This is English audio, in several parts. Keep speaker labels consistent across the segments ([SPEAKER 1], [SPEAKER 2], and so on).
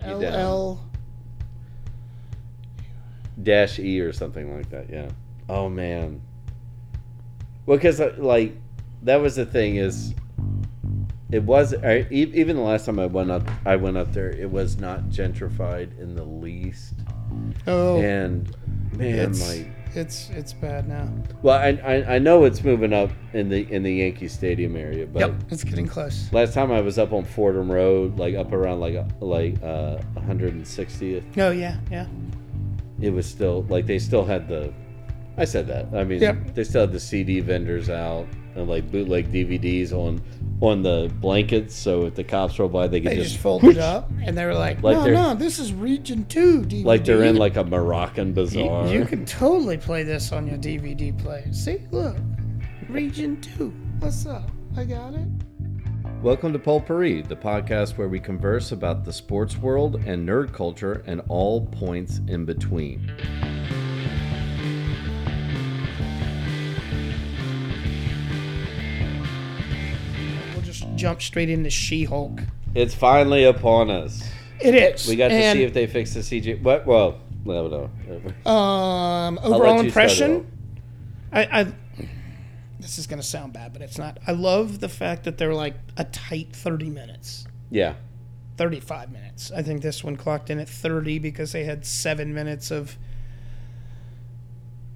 [SPEAKER 1] L
[SPEAKER 2] down.
[SPEAKER 1] L.
[SPEAKER 2] dash E or something like that. Yeah. Oh man. Well, because like that was the thing is, it was I, e- even the last time I went up I went up there it was not gentrified in the least
[SPEAKER 1] Oh,
[SPEAKER 2] and man
[SPEAKER 1] it's
[SPEAKER 2] like
[SPEAKER 1] it's it's bad now.
[SPEAKER 2] well I, I I know it's moving up in the in the Yankee Stadium area but
[SPEAKER 1] It's getting close.
[SPEAKER 2] last time I was up on Fordham Road like up around like uh, like uh 160th
[SPEAKER 1] Oh yeah, yeah.
[SPEAKER 2] it was still like they still had the I said that. I mean,
[SPEAKER 1] Yep.
[SPEAKER 2] they still had the CD vendors out and like bootleg DVDs on on the blankets. So if the cops roll by, they could
[SPEAKER 1] They
[SPEAKER 2] just,
[SPEAKER 1] just folded up and they were like,
[SPEAKER 2] Like
[SPEAKER 1] "No,
[SPEAKER 2] they're-
[SPEAKER 1] no, this is Region Two DVD."
[SPEAKER 2] like they're in like a Moroccan bazaar.
[SPEAKER 1] You, you can totally play this on your DVD player. See, look, Region Two. What's up? I got it.
[SPEAKER 2] Welcome to Potpourri, the podcast where we converse about the sports world and nerd culture and all points in between.
[SPEAKER 1] We'll just jump straight into She-Hulk.
[SPEAKER 2] It's finally upon us.
[SPEAKER 1] It is.
[SPEAKER 2] We got to
[SPEAKER 1] And,
[SPEAKER 2] see if they fix the CG. What? Well, no, no.
[SPEAKER 1] um
[SPEAKER 2] I'll
[SPEAKER 1] overall
[SPEAKER 2] let you start it off.
[SPEAKER 1] impression. I, I this is gonna sound bad, but it's not. I love the fact that they're like a tight thirty minutes.
[SPEAKER 2] Yeah.
[SPEAKER 1] 35 minutes. I think this one clocked in at 30 because they had seven minutes of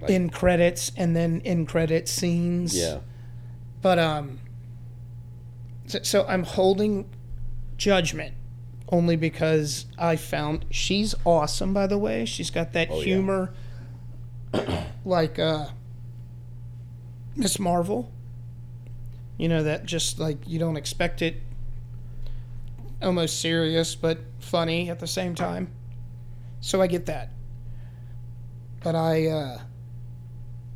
[SPEAKER 2] Like-
[SPEAKER 1] in credits and then in credit scenes.
[SPEAKER 2] Yeah.
[SPEAKER 1] But um, so, so I'm holding judgment only because I found she's awesome. By the way, she's got that
[SPEAKER 2] Oh, yeah.
[SPEAKER 1] humor, like uh, Miss Marvel. You know that just like you don't expect it. Almost serious, but funny at the same time. So I get that. But I uh,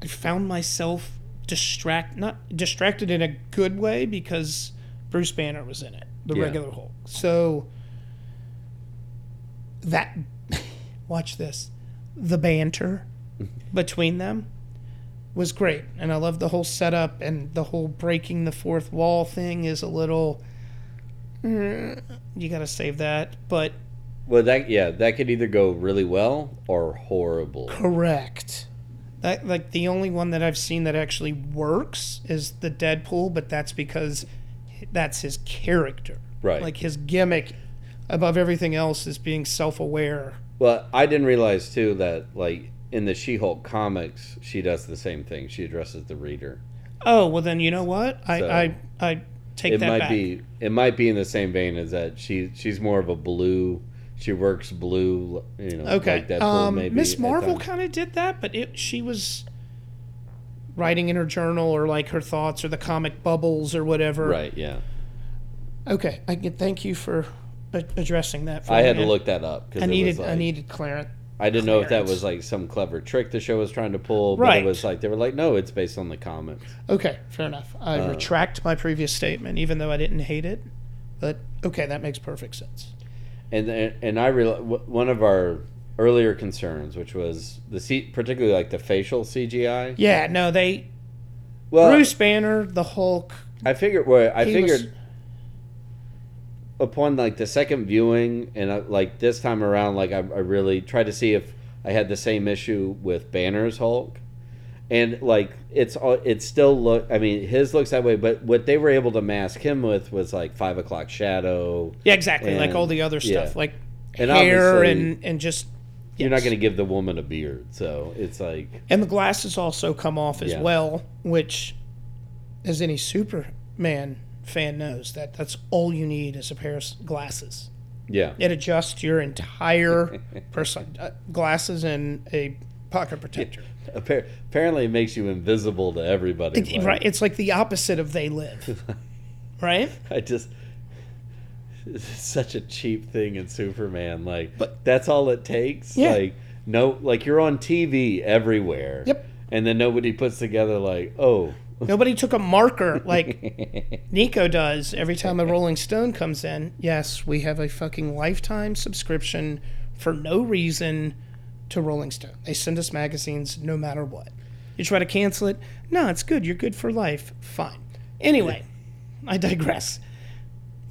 [SPEAKER 1] I found myself distract not distracted in a good way because Bruce Banner was in it, the
[SPEAKER 2] Yeah.
[SPEAKER 1] regular Hulk. So that watch this, the banter between them was great, and I love the whole setup and the whole breaking the fourth wall thing is a little. "Mm, You got to save that, but
[SPEAKER 2] Well, that yeah, that could either go really well or horrible.
[SPEAKER 1] Correct. That like the only one that I've seen that actually works is the Deadpool, but that's because that's his character.
[SPEAKER 2] Right.
[SPEAKER 1] Like his gimmick above everything else is being self-aware.
[SPEAKER 2] Well, I didn't realize too that like in the She-Hulk comics, she does the same thing. She addresses the reader.
[SPEAKER 1] Oh, well then you know what? I
[SPEAKER 2] So-
[SPEAKER 1] I, I take
[SPEAKER 2] it
[SPEAKER 1] that
[SPEAKER 2] might
[SPEAKER 1] back.
[SPEAKER 2] be it might be in the same vein as that. She she's more of a blue. She works blue. You know,
[SPEAKER 1] okay.
[SPEAKER 2] like Deadpool
[SPEAKER 1] um
[SPEAKER 2] maybe.
[SPEAKER 1] Miss
[SPEAKER 2] at
[SPEAKER 1] Marvel
[SPEAKER 2] times.
[SPEAKER 1] kind of did that, but it she was writing in her journal or like her thoughts or the comic bubbles or whatever.
[SPEAKER 2] Right. Yeah.
[SPEAKER 1] Okay. I can thank you for a- addressing that for
[SPEAKER 2] I had
[SPEAKER 1] me.
[SPEAKER 2] to look that up because
[SPEAKER 1] I needed
[SPEAKER 2] Like,
[SPEAKER 1] I needed Clarence.
[SPEAKER 2] I didn't know if that
[SPEAKER 1] clearance.
[SPEAKER 2] was like some clever trick the show was trying to pull. But
[SPEAKER 1] Right.
[SPEAKER 2] It was like they were like, no, it's based on the comics.
[SPEAKER 1] Okay, fair enough. I
[SPEAKER 2] Uh,
[SPEAKER 1] retract my previous statement, even though I didn't hate it. But okay, that makes perfect sense.
[SPEAKER 2] and and I real one of our earlier concerns, which was the C, particularly like the facial CGI.
[SPEAKER 1] Yeah, no, they
[SPEAKER 2] Well,
[SPEAKER 1] Bruce Banner, the Hulk.
[SPEAKER 2] I figured. Well, I
[SPEAKER 1] he was-
[SPEAKER 2] figured upon like the second viewing, and I, like this time around, like I, I really tried to see if I had the same issue with Banner's Hulk, and like it's all it still look. I mean, his looks that way, but what they were able to mask him with was like five o'clock shadow.
[SPEAKER 1] yeah, exactly, like
[SPEAKER 2] and-
[SPEAKER 1] all the other stuff,
[SPEAKER 2] yeah.
[SPEAKER 1] like
[SPEAKER 2] And
[SPEAKER 1] hair
[SPEAKER 2] obviously-
[SPEAKER 1] and and just
[SPEAKER 2] You're not
[SPEAKER 1] yes.
[SPEAKER 2] going to give the woman a beard, so it's like
[SPEAKER 1] and the glasses also come off as
[SPEAKER 2] Yeah.
[SPEAKER 1] well, which as any Superman fan knows that that's all you need is a pair of s- glasses.
[SPEAKER 2] yeah,
[SPEAKER 1] It adjusts your entire person uh, glasses and a pocket protector.
[SPEAKER 2] Appar- apparently, it makes you invisible to everybody.
[SPEAKER 1] It-
[SPEAKER 2] like,
[SPEAKER 1] right. It's like the opposite of they live. right?
[SPEAKER 2] I just. It's such a cheap thing in Superman. Like,
[SPEAKER 1] But-
[SPEAKER 2] that's all it takes.
[SPEAKER 1] Yeah.
[SPEAKER 2] Like, no, like you're on TV everywhere.
[SPEAKER 1] Yep.
[SPEAKER 2] And then nobody puts together, like, oh,
[SPEAKER 1] Nobody took a marker like Nico does every time a Rolling Stone comes in. Yes, we have a fucking lifetime subscription for no reason to Rolling Stone. They send us magazines no matter what. You try to cancel it. No, it's good. You're good for life. Fine. Anyway, I digress.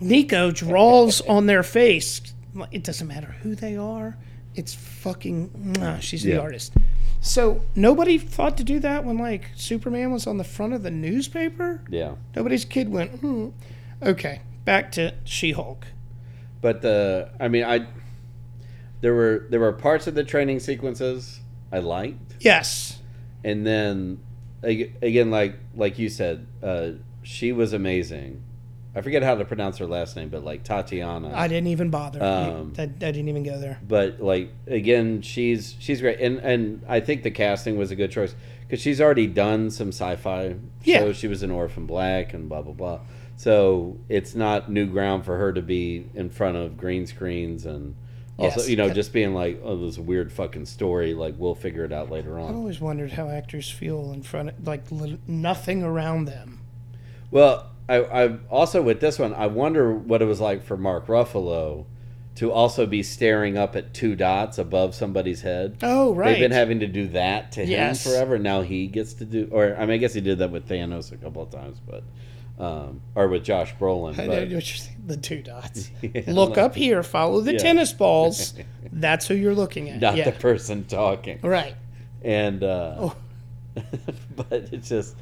[SPEAKER 1] Nico draws on their face Like, It doesn't matter who they are. It's fucking. Nah, she's
[SPEAKER 2] Yeah.
[SPEAKER 1] the artist. So nobody thought to do that when like Superman was on the front of the newspaper.
[SPEAKER 2] Yeah.
[SPEAKER 1] Nobody's kid went. Hmm. Okay, back to She-Hulk.
[SPEAKER 2] But the I mean I there were there were parts of the training sequences I liked,
[SPEAKER 1] Yes.
[SPEAKER 2] and then ag- again like like you said, uh, she was amazing. I forget how to pronounce her last name, but like Tatiana.
[SPEAKER 1] I didn't even bother.
[SPEAKER 2] Um,
[SPEAKER 1] I, I didn't even go there.
[SPEAKER 2] but like again, she's she's great, and and I think the casting was a good choice because she's already done some sci-fi.
[SPEAKER 1] Yeah.
[SPEAKER 2] shows. she was in Orphan Black and blah blah blah. So it's not new ground for her to be in front of green screens and also
[SPEAKER 1] Yes.
[SPEAKER 2] you know just being like oh this is a weird fucking story like we'll figure it out later
[SPEAKER 1] I've
[SPEAKER 2] on.
[SPEAKER 1] always wondered how actors feel in front of like li- nothing around them.
[SPEAKER 2] Well, I I also with this one I wonder what it was like for Mark Ruffalo to also be staring up at two dots above somebody's head.
[SPEAKER 1] Oh right.
[SPEAKER 2] They've been having to do that to
[SPEAKER 1] Yes.
[SPEAKER 2] him forever. Now he gets to do, or I mean, I guess he did that with Thanos a couple of times, but um, or with Josh Brolin.
[SPEAKER 1] I know what
[SPEAKER 2] But
[SPEAKER 1] you're saying, the two dots.
[SPEAKER 2] Yeah,
[SPEAKER 1] Look
[SPEAKER 2] like,
[SPEAKER 1] up here. Follow the
[SPEAKER 2] Yeah.
[SPEAKER 1] tennis balls. That's who you're looking at.
[SPEAKER 2] not
[SPEAKER 1] yeah.
[SPEAKER 2] the person talking.
[SPEAKER 1] right.
[SPEAKER 2] And uh,
[SPEAKER 1] Oh.
[SPEAKER 2] but it's just,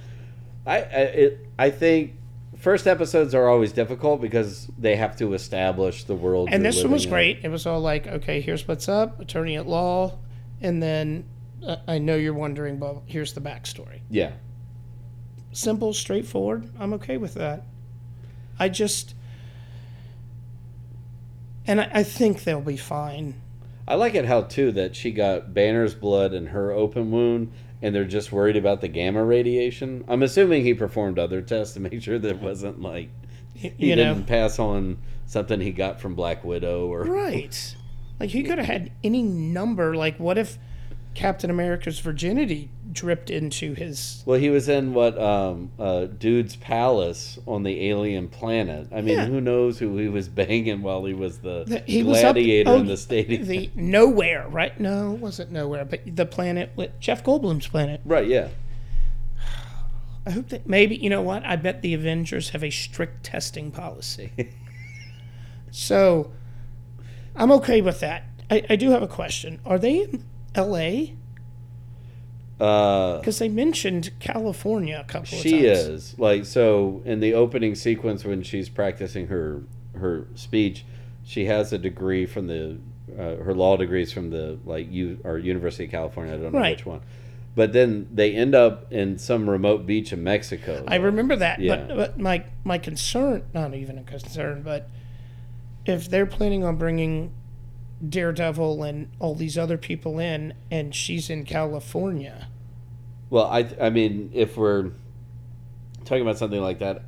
[SPEAKER 2] I I, it, I think first episodes are always difficult because they have to establish the world.
[SPEAKER 1] And
[SPEAKER 2] you're
[SPEAKER 1] this one was
[SPEAKER 2] living in.
[SPEAKER 1] great. It was all like, okay, here's what's up, attorney at law, and then uh, I know you're wondering, but here's the backstory.
[SPEAKER 2] Yeah,
[SPEAKER 1] simple, straightforward. I'm okay with that. I just, and I, I think they'll be fine.
[SPEAKER 2] I like it how too that she got Banner's blood in her open wound, and they're just worried about the gamma radiation. I'm assuming he performed other tests to make sure that it wasn't like
[SPEAKER 1] y-
[SPEAKER 2] he
[SPEAKER 1] you
[SPEAKER 2] didn't
[SPEAKER 1] know,
[SPEAKER 2] pass on something he got from Black Widow or
[SPEAKER 1] right? Like he could have had any number. Like, what if Captain America's virginity dripped into his?
[SPEAKER 2] Well, he was in what um, uh, dude's palace on the alien planet. I mean,
[SPEAKER 1] Yeah.
[SPEAKER 2] who knows who he was banging while he was the,
[SPEAKER 1] The- he was up-
[SPEAKER 2] gladiator
[SPEAKER 1] oh,
[SPEAKER 2] in the stadium?
[SPEAKER 1] The nowhere, right? No, it wasn't nowhere, but the planet with Jeff Goldblum's planet.
[SPEAKER 2] right? Yeah.
[SPEAKER 1] I hope that maybe you know what? I bet the Avengers have a strict testing policy. so I'm okay with that. I, I do have a question. Are they in LA?
[SPEAKER 2] Uh,
[SPEAKER 1] Because they mentioned California a couple of times.
[SPEAKER 2] she is like so in the opening sequence when she's practicing her her speech she has a degree from the uh, her law degrees from the like you or university of california i don't know
[SPEAKER 1] Right.
[SPEAKER 2] which one but then they end up in some remote beach in mexico
[SPEAKER 1] I remember that.
[SPEAKER 2] Yeah.
[SPEAKER 1] But, but my, my concern, not even a concern, but if they're planning on bringing Daredevil and all these other people in and she's in California,
[SPEAKER 2] well i i mean if we're talking about something like that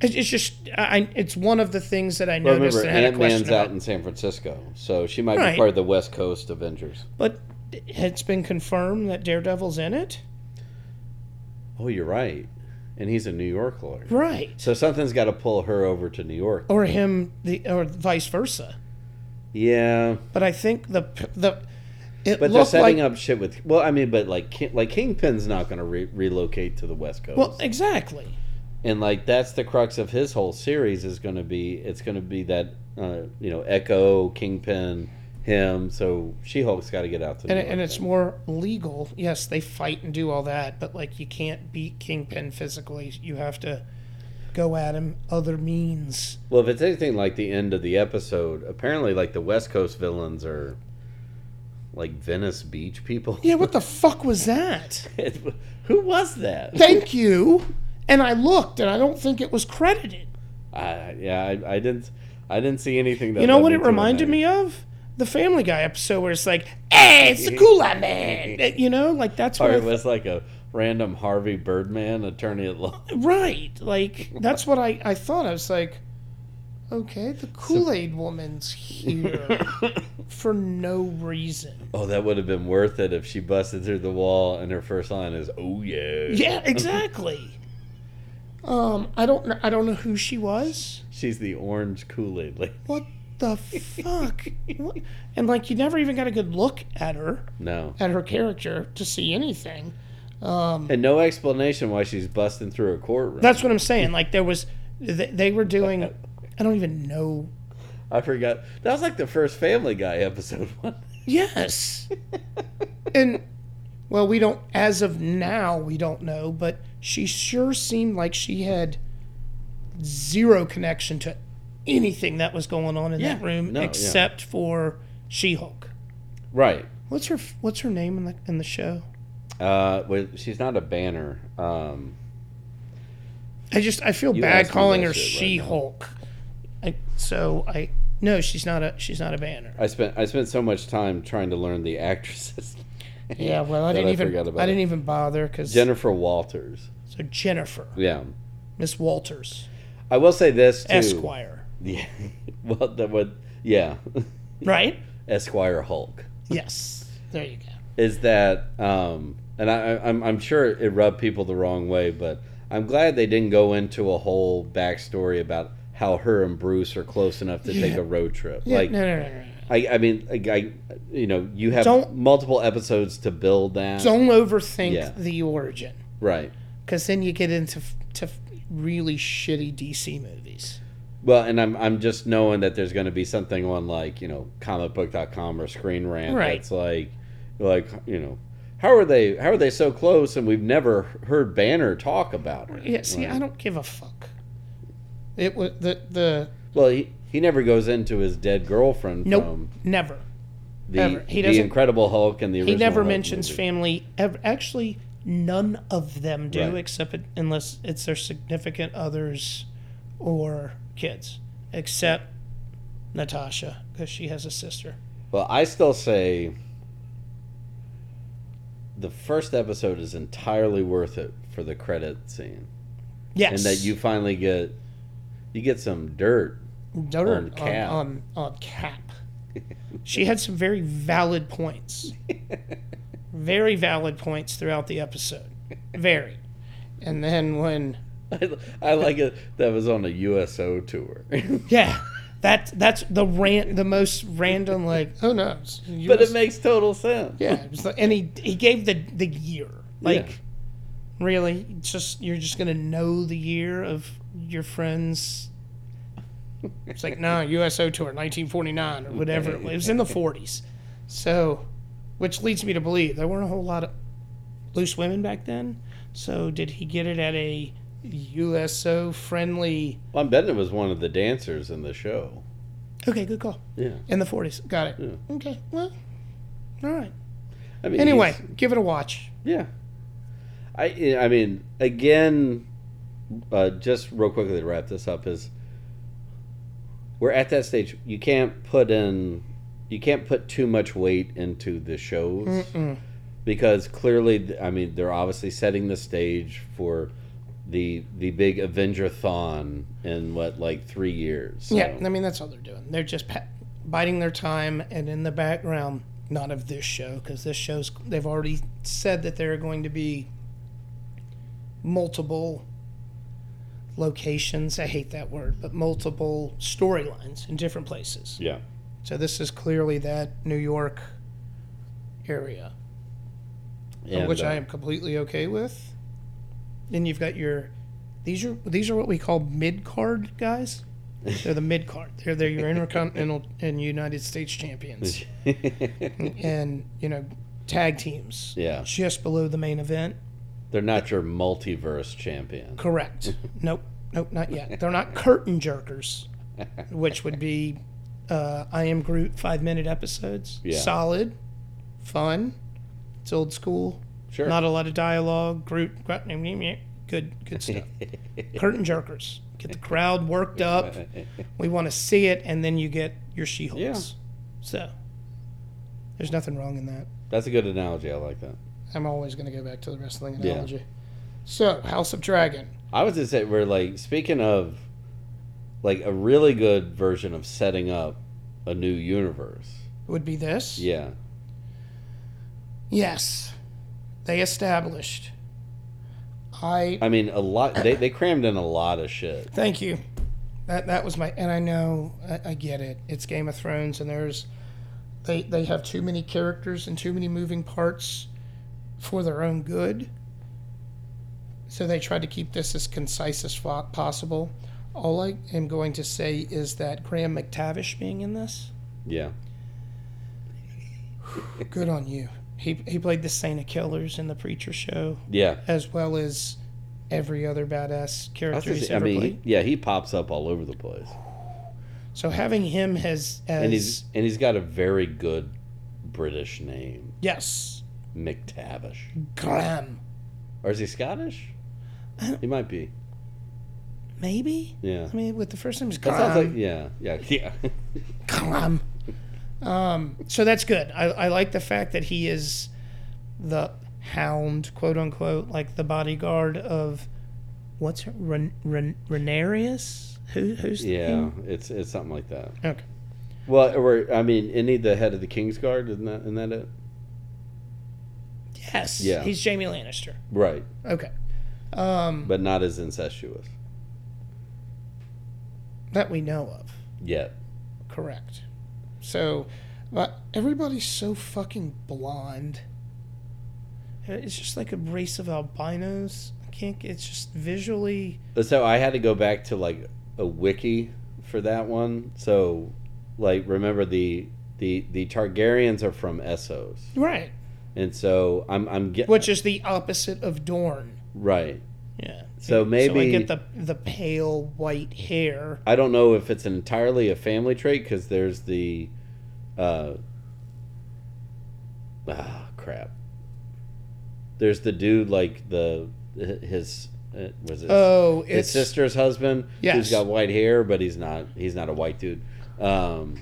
[SPEAKER 1] it's, it's just, I, it's one of the things that I
[SPEAKER 2] well,
[SPEAKER 1] noticed
[SPEAKER 2] remember
[SPEAKER 1] and had a question
[SPEAKER 2] ant-man's
[SPEAKER 1] about.
[SPEAKER 2] out in san francisco so she might
[SPEAKER 1] Right.
[SPEAKER 2] be part of the west coast avengers
[SPEAKER 1] But it's been confirmed that Daredevil's in it?
[SPEAKER 2] oh you're right and he's a new york lawyer
[SPEAKER 1] Right.
[SPEAKER 2] so something's got to pull her over to new york
[SPEAKER 1] Or him the or vice versa.
[SPEAKER 2] Yeah,
[SPEAKER 1] But I think the the
[SPEAKER 2] but
[SPEAKER 1] it
[SPEAKER 2] they're
[SPEAKER 1] looked
[SPEAKER 2] setting
[SPEAKER 1] like
[SPEAKER 2] up shit with. Well, I mean, but like, King, like Kingpin's not going to re- relocate to the West Coast,
[SPEAKER 1] well exactly.
[SPEAKER 2] and like that's the crux of his whole series is going to be it's going to be that uh, you know Echo, Kingpin, him. So She Hulk's got to get out to.
[SPEAKER 1] And,
[SPEAKER 2] New
[SPEAKER 1] it- and
[SPEAKER 2] York.
[SPEAKER 1] it's more legal. Yes, they fight and do all that, but like you can't beat Kingpin physically. You have to go at him other means.
[SPEAKER 2] well, if it's anything like the end of the episode, apparently like the West Coast villains are like Venice Beach people.
[SPEAKER 1] Yeah, what the fuck was that?
[SPEAKER 2] Who was that?
[SPEAKER 1] Thank you. And I looked and I don't think it was credited.
[SPEAKER 2] I, yeah, I, I didn't. I didn't see anything. That
[SPEAKER 1] You know
[SPEAKER 2] led
[SPEAKER 1] what
[SPEAKER 2] me
[SPEAKER 1] it
[SPEAKER 2] to
[SPEAKER 1] reminded
[SPEAKER 2] that.
[SPEAKER 1] me of? The Family Guy episode where it's like, hey, it's the Kool Aid Man. Uh, You know, like that's what.
[SPEAKER 2] Or
[SPEAKER 1] I
[SPEAKER 2] it was like a random Harvey Birdman attorney at law.
[SPEAKER 1] right. Like that's what I, I thought. I was like, okay, the Kool Aid Woman's here for no reason.
[SPEAKER 2] Oh, that would have been worth it if she busted through the wall and her first line is, "Oh yeah."
[SPEAKER 1] Yeah, exactly. um, I don't kn- I don't know who she was.
[SPEAKER 2] She's the orange Kool Aid lady.
[SPEAKER 1] What the fuck? What- And like you never even got a good look at her
[SPEAKER 2] No,
[SPEAKER 1] at her character to see anything.
[SPEAKER 2] and no explanation why she's busting through a courtroom.
[SPEAKER 1] That's what I'm saying. Like there was, th- they were doing. I don't even know
[SPEAKER 2] I forgot. That was like the first Family Guy episode one.
[SPEAKER 1] Yes. and well, we don't as of now we don't know, but she sure seemed like she had zero connection to anything that was going on in that
[SPEAKER 2] Yeah,
[SPEAKER 1] room
[SPEAKER 2] no, yeah.
[SPEAKER 1] except for She-Hulk.
[SPEAKER 2] Right.
[SPEAKER 1] What's her what's her name in the in the show?
[SPEAKER 2] Uh, wait, she's not a banner. Um,
[SPEAKER 1] I just I feel
[SPEAKER 2] You
[SPEAKER 1] bad
[SPEAKER 2] asked me
[SPEAKER 1] calling
[SPEAKER 2] that
[SPEAKER 1] her
[SPEAKER 2] shit right now.
[SPEAKER 1] She-Hulk. I, so I no, she's not a she's not a banner.
[SPEAKER 2] I spent I spent so much time trying to learn the actresses.
[SPEAKER 1] Yeah, well, I
[SPEAKER 2] That
[SPEAKER 1] didn't
[SPEAKER 2] I
[SPEAKER 1] even
[SPEAKER 2] forgot about
[SPEAKER 1] I didn't
[SPEAKER 2] it.
[SPEAKER 1] even bother because
[SPEAKER 2] Jennifer Walters.
[SPEAKER 1] so Jennifer
[SPEAKER 2] Yeah.
[SPEAKER 1] Miss Walters
[SPEAKER 2] I will say this too.
[SPEAKER 1] Esquire,
[SPEAKER 2] Yeah. Well, that would. Yeah.
[SPEAKER 1] right?
[SPEAKER 2] Esquire Hulk.
[SPEAKER 1] Yes, there you go.
[SPEAKER 2] is that um and I, I- I'm I'm sure it rubbed people the wrong way, but I'm glad they didn't go into a whole backstory about how her and Bruce are close enough to take
[SPEAKER 1] Yeah.
[SPEAKER 2] a road trip.
[SPEAKER 1] Yeah,
[SPEAKER 2] like uh,
[SPEAKER 1] no, no, no, no, no.
[SPEAKER 2] I I mean like, I you know you have
[SPEAKER 1] Don't-
[SPEAKER 2] multiple episodes to build that
[SPEAKER 1] Don't overthink
[SPEAKER 2] Yeah.
[SPEAKER 1] the origin,
[SPEAKER 2] right.
[SPEAKER 1] because then you get into f- to f- really shitty DC movies.
[SPEAKER 2] Well, and I'm I'm just knowing that there's going to be something on like you know comicbook.com or Screen Rant
[SPEAKER 1] Right.
[SPEAKER 2] that's like like you know. How are they? How are they so close? And we've never heard Banner talk about her.
[SPEAKER 1] Yeah, see,
[SPEAKER 2] Like-
[SPEAKER 1] I don't give a fuck. It was the the
[SPEAKER 2] Well, he, he never goes into his dead girlfriend
[SPEAKER 1] nope,
[SPEAKER 2] from
[SPEAKER 1] never.
[SPEAKER 2] the,
[SPEAKER 1] ever. He
[SPEAKER 2] the
[SPEAKER 1] doesn't-
[SPEAKER 2] Incredible Hulk and the
[SPEAKER 1] He
[SPEAKER 2] original.
[SPEAKER 1] never
[SPEAKER 2] Hulk
[SPEAKER 1] mentions
[SPEAKER 2] movie.
[SPEAKER 1] family ever. Actually, none of them do,
[SPEAKER 2] Right.
[SPEAKER 1] except it, unless it's their significant others or kids, except Natasha, because she has a sister.
[SPEAKER 2] Well, I still say the first episode is entirely worth it for the credit scene,
[SPEAKER 1] Yes,
[SPEAKER 2] and that you finally get you get some dirt.
[SPEAKER 1] Dirt
[SPEAKER 2] on
[SPEAKER 1] on
[SPEAKER 2] Cap.
[SPEAKER 1] On, on cap. she had some very valid points. very valid points throughout the episode. Very. And then when
[SPEAKER 2] I, I like it. That was on a USO tour,
[SPEAKER 1] yeah, that that's the rant the most random like oh no. it's the
[SPEAKER 2] but
[SPEAKER 1] US
[SPEAKER 2] it makes total sense.
[SPEAKER 1] yeah, it was the, and he he gave the the year. Like
[SPEAKER 2] Yeah.
[SPEAKER 1] really it's just you're just going to know the year of your friends it's like no USO tour 1949 or whatever it was. It was in the 40s. So, which leads me to believe there weren't a whole lot of loose women back then. So, did he get it at a USO friendly?
[SPEAKER 2] Well, I'm betting it was one of the dancers in the show.
[SPEAKER 1] Okay, good call.
[SPEAKER 2] Yeah,
[SPEAKER 1] In the 40s. Got it.
[SPEAKER 2] Yeah.
[SPEAKER 1] Okay. Well, all right.
[SPEAKER 2] I mean,
[SPEAKER 1] Anyway,
[SPEAKER 2] he's-
[SPEAKER 1] give it a watch.
[SPEAKER 2] Yeah. I I mean, again, uh, just real quickly to wrap this up is we're at that stage. You can't put in, you can't put too much weight into the shows because clearly, th- I mean, they're obviously setting the stage for the the big Avenger thon in what like three years. so-
[SPEAKER 1] Yeah, I mean that's all they're doing. They're just pa- biding their time, and in the background, not of this show, because this show's they've already said that there are going to be multiple locations. I hate that word, but multiple storylines in different places.
[SPEAKER 2] yeah.
[SPEAKER 1] So this is clearly that New York area,
[SPEAKER 2] And,
[SPEAKER 1] which
[SPEAKER 2] uh,
[SPEAKER 1] I am completely okay with. Then you've got your these are these are what we call mid card guys. They're the mid card. They're they're your intercontinental and United States champions, and you know tag teams.
[SPEAKER 2] Yeah.
[SPEAKER 1] just below the main event.
[SPEAKER 2] they're not your multiverse champion.
[SPEAKER 1] Correct. nope, nope, not yet. They're not curtain jerkers, which would be uh, I am Groot five minute episodes.
[SPEAKER 2] Yeah.
[SPEAKER 1] Solid, fun. It's old school.
[SPEAKER 2] Sure.
[SPEAKER 1] Not a lot of dialogue. Groot, grunt, meow, meow, meow. good, good stuff. Curtain jerkers. Get the crowd worked up. We want to see it, and then you get your She Hulks.
[SPEAKER 2] Yeah.
[SPEAKER 1] So there's nothing wrong in that.
[SPEAKER 2] That's a good analogy. I like that.
[SPEAKER 1] I'm always going to go back to the wrestling
[SPEAKER 2] Yeah.
[SPEAKER 1] analogy. So House of Dragon.
[SPEAKER 2] I was just say we're like speaking of like a really good version of setting up a new universe.
[SPEAKER 1] would be this.
[SPEAKER 2] Yeah.
[SPEAKER 1] Yes. They established. I
[SPEAKER 2] I mean a lot they, they crammed in a lot of shit.
[SPEAKER 1] thank you. That that was my and I know I, I get it. It's Game of Thrones and there's they they have too many characters and too many moving parts for their own good. So they tried to keep this as concise as fo- possible. All I am going to say is that Graham McTavish being in this,
[SPEAKER 2] Yeah.
[SPEAKER 1] good on you. He he played the Saint of Killers in the Preacher Show,
[SPEAKER 2] Yeah.
[SPEAKER 1] as well as every other badass
[SPEAKER 2] That's
[SPEAKER 1] character
[SPEAKER 2] just-
[SPEAKER 1] he's
[SPEAKER 2] I
[SPEAKER 1] ever
[SPEAKER 2] mean,
[SPEAKER 1] played.
[SPEAKER 2] he- yeah, he pops up all over the place,
[SPEAKER 1] So having him as as
[SPEAKER 2] and he's and he's got a very good British name,
[SPEAKER 1] yes,
[SPEAKER 2] McTavish.
[SPEAKER 1] Graham,
[SPEAKER 2] Or is he Scottish?
[SPEAKER 1] I don't-
[SPEAKER 2] He might be.
[SPEAKER 1] maybe.
[SPEAKER 2] Yeah.
[SPEAKER 1] I mean, with the first name's
[SPEAKER 2] That
[SPEAKER 1] Graham.
[SPEAKER 2] sounds like yeah, yeah, yeah.
[SPEAKER 1] Clam. Um, so that's good. I, I like the fact that he is the hound, quote unquote, like the bodyguard of what's her, Ren, Ren, Renarius? Who, who's the
[SPEAKER 2] yeah,
[SPEAKER 1] king?
[SPEAKER 2] it's it's something like that.
[SPEAKER 1] Okay.
[SPEAKER 2] Well, or I mean, any the head of the King's Guard, isn't that isn't that it?
[SPEAKER 1] Yes.
[SPEAKER 2] Yeah.
[SPEAKER 1] He's Jamie Lannister.
[SPEAKER 2] Right,
[SPEAKER 1] Okay. Um,
[SPEAKER 2] but not as incestuous
[SPEAKER 1] that we know of.
[SPEAKER 2] yet.
[SPEAKER 1] Correct. So, but everybody's so fucking blonde. Uh, It's just like a race of albinos. I can't. It's just visually.
[SPEAKER 2] So I had to go back to like a wiki for that one. So, like, remember the the the Targaryens are from Essos,
[SPEAKER 1] Right.
[SPEAKER 2] and so I'm I'm get
[SPEAKER 1] which is the opposite of Dorn.
[SPEAKER 2] right.
[SPEAKER 1] Yeah.
[SPEAKER 2] So
[SPEAKER 1] I
[SPEAKER 2] maybe-
[SPEAKER 1] get the the pale white hair.
[SPEAKER 2] I don't know if it's entirely a family trait because there's the, uh, ah crap. There's the dude like the his uh, was it
[SPEAKER 1] Oh,
[SPEAKER 2] his
[SPEAKER 1] it's
[SPEAKER 2] sister's husband
[SPEAKER 1] Yes.
[SPEAKER 2] who's got white hair, but he's not he's not a white dude. Um,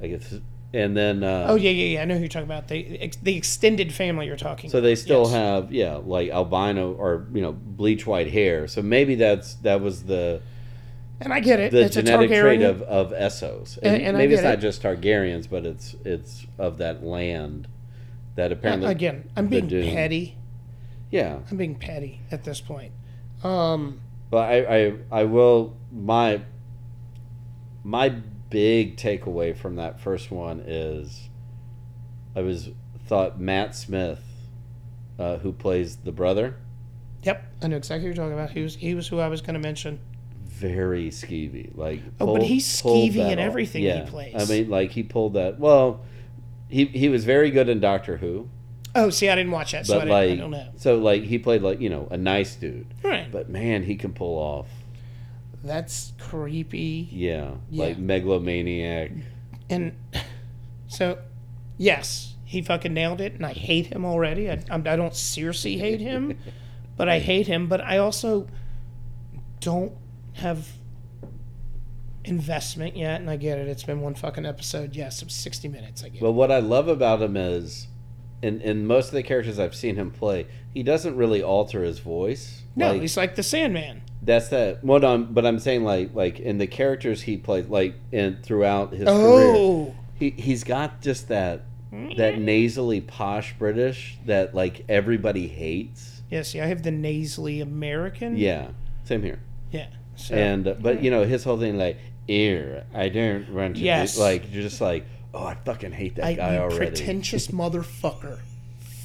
[SPEAKER 2] I guess, and then uh,
[SPEAKER 1] Oh yeah, yeah, yeah. I know who you're talking about. The ex- the extended family you're talking.
[SPEAKER 2] So they still
[SPEAKER 1] Yes.
[SPEAKER 2] have yeah, like albino or you know bleach white hair. So maybe that's that was the
[SPEAKER 1] and I get it.
[SPEAKER 2] the
[SPEAKER 1] it's
[SPEAKER 2] genetic
[SPEAKER 1] a Targaryen.
[SPEAKER 2] trait of, of Essos. And,
[SPEAKER 1] And- and I
[SPEAKER 2] maybe it's
[SPEAKER 1] get
[SPEAKER 2] not
[SPEAKER 1] it.
[SPEAKER 2] just Targaryens, but it's it's of that land that apparently
[SPEAKER 1] Again, I'm
[SPEAKER 2] the
[SPEAKER 1] being
[SPEAKER 2] Dune.
[SPEAKER 1] petty.
[SPEAKER 2] yeah.
[SPEAKER 1] I'm being petty at this point. Um,
[SPEAKER 2] But I, I I will my my big takeaway from that first one is I was thought Matt Smith, uh, who plays the brother,
[SPEAKER 1] yep, I know exactly who you're talking about. He was he was who I was going to mention.
[SPEAKER 2] very skeevy. Like
[SPEAKER 1] Oh, but he's
[SPEAKER 2] pulled
[SPEAKER 1] skeevy
[SPEAKER 2] that
[SPEAKER 1] in
[SPEAKER 2] off.
[SPEAKER 1] everything he plays.
[SPEAKER 2] I mean, like he pulled that. Well, he he was very good in Doctor Who,
[SPEAKER 1] Oh, see, I didn't watch that, so I,
[SPEAKER 2] but
[SPEAKER 1] didn't- I
[SPEAKER 2] like
[SPEAKER 1] don't know.
[SPEAKER 2] so like he played like you know a nice dude,
[SPEAKER 1] Right,
[SPEAKER 2] but man, he can pull off
[SPEAKER 1] that's creepy.
[SPEAKER 2] yeah,
[SPEAKER 1] Yeah.
[SPEAKER 2] like megalomaniac.
[SPEAKER 1] And so, yes, he fucking nailed it, and I hate him already. I, I'm- I don't seriously hate him, but I hate him. But I also don't have investment yet, and I get it. It's been one fucking episode. Yes, it was 60 minutes. I get it.
[SPEAKER 2] But what I love about him is, in in most of the characters I've seen him play, he doesn't really alter his voice.
[SPEAKER 1] No,
[SPEAKER 2] like,
[SPEAKER 1] he's like the Sandman.
[SPEAKER 2] that's that. What I'm, but I'm saying like like in the characters he plays, like in throughout his career,
[SPEAKER 1] Oh, Mm-hmm.
[SPEAKER 2] he he's got just that that nasally posh British that like everybody hates.
[SPEAKER 1] yeah. See, I have the nasally American.
[SPEAKER 2] Yeah, same here.
[SPEAKER 1] yeah. So,
[SPEAKER 2] And uh, but you know his whole thing like ear, I don't want to do-"
[SPEAKER 1] Yes.
[SPEAKER 2] like you're just like oh I fucking hate that
[SPEAKER 1] I,
[SPEAKER 2] guy
[SPEAKER 1] you
[SPEAKER 2] already.
[SPEAKER 1] pretentious motherfucker.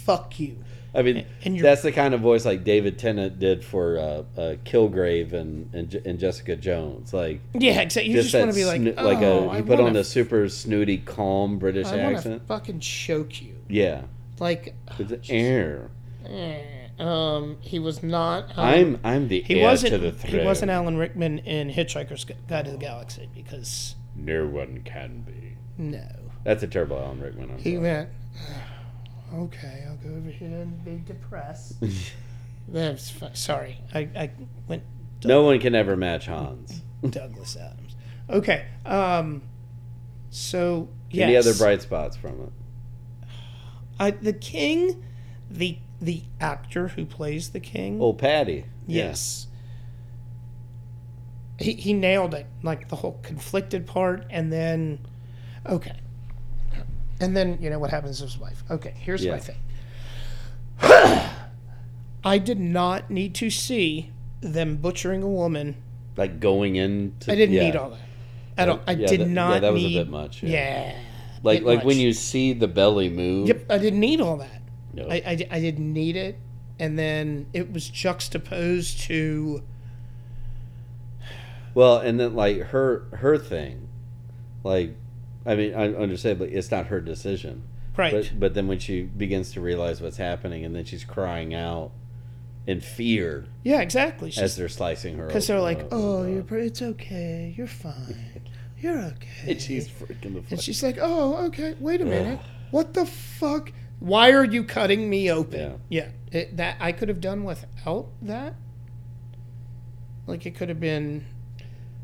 [SPEAKER 1] Fuck you.
[SPEAKER 2] I mean,
[SPEAKER 1] and you're-
[SPEAKER 2] that's the kind of voice like David Tennant did for uh, uh, Kilgrave and, and Je- and Jessica Jones. Like
[SPEAKER 1] Yeah, exactly. You just, want to be like,
[SPEAKER 2] sno-
[SPEAKER 1] oh,
[SPEAKER 2] like a,
[SPEAKER 1] I
[SPEAKER 2] you put
[SPEAKER 1] wanna
[SPEAKER 2] on a super snooty, calm British
[SPEAKER 1] I want to
[SPEAKER 2] accent.
[SPEAKER 1] fucking choke you.
[SPEAKER 2] Yeah,
[SPEAKER 1] Like,
[SPEAKER 2] it's an air.
[SPEAKER 1] eh, um, he was not. um,
[SPEAKER 2] I'm I'm the
[SPEAKER 1] He
[SPEAKER 2] heir
[SPEAKER 1] wasn't.
[SPEAKER 2] to the throne.
[SPEAKER 1] he wasn't Alan Rickman in Hitchhiker's Gu- Guide to the Galaxy because
[SPEAKER 2] No one can be.
[SPEAKER 1] no,
[SPEAKER 2] That's a terrible Alan Rickman. I'm
[SPEAKER 1] he
[SPEAKER 2] sorry.
[SPEAKER 1] went. "Ah, Okay, I'll go over here and be depressed. That's fu- sorry. I, I went
[SPEAKER 2] No one can ever match Hans.
[SPEAKER 1] Douglas Adams. Okay. Um. So yes.
[SPEAKER 2] Any other bright spots from it?
[SPEAKER 1] I, the king, the the actor who plays the king.
[SPEAKER 2] Old Patty. Oh, Yeah.
[SPEAKER 1] Yes. He he nailed it, like the whole conflicted part, and then, okay, and then you know what happens to his wife. Okay, here's
[SPEAKER 2] Yeah.
[SPEAKER 1] my thing. I did not need to see them butchering a woman.
[SPEAKER 2] Like going into.
[SPEAKER 1] I didn't
[SPEAKER 2] yeah.
[SPEAKER 1] need all that. I don't. I
[SPEAKER 2] Yeah,
[SPEAKER 1] did
[SPEAKER 2] that- yeah,
[SPEAKER 1] not.
[SPEAKER 2] that was a
[SPEAKER 1] need,
[SPEAKER 2] bit much, yeah.
[SPEAKER 1] bit
[SPEAKER 2] Like like when
[SPEAKER 1] much.
[SPEAKER 2] you see the belly move.
[SPEAKER 1] Yep, I didn't need all that.
[SPEAKER 2] No.
[SPEAKER 1] I, I, I didn't need it. And then it was juxtaposed to
[SPEAKER 2] Well, and then like her her thing, like, I mean, I understand, but it's not her decision.
[SPEAKER 1] Right.
[SPEAKER 2] But but then when she begins to realize what's happening, and then she's crying out in fear
[SPEAKER 1] yeah, exactly.
[SPEAKER 2] as they're slicing her.
[SPEAKER 1] Because they're
[SPEAKER 2] open
[SPEAKER 1] like,
[SPEAKER 2] up,
[SPEAKER 1] oh,
[SPEAKER 2] and, uh,
[SPEAKER 1] you're pre- it's okay. You're fine. You're okay.
[SPEAKER 2] and she's freaking the.
[SPEAKER 1] And
[SPEAKER 2] Fuck.
[SPEAKER 1] she's like, oh, okay. Wait a minute. What the fuck? Why are you cutting me open? Yeah. it, that I could have done without that. Like it could have been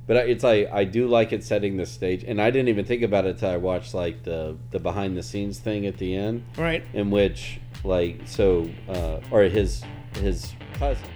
[SPEAKER 2] But I- it's like I do like it setting the stage, and I didn't even think about it till I watched like the the behind the scenes thing at the end,
[SPEAKER 1] right.
[SPEAKER 2] in which like so uh, or his his cousin.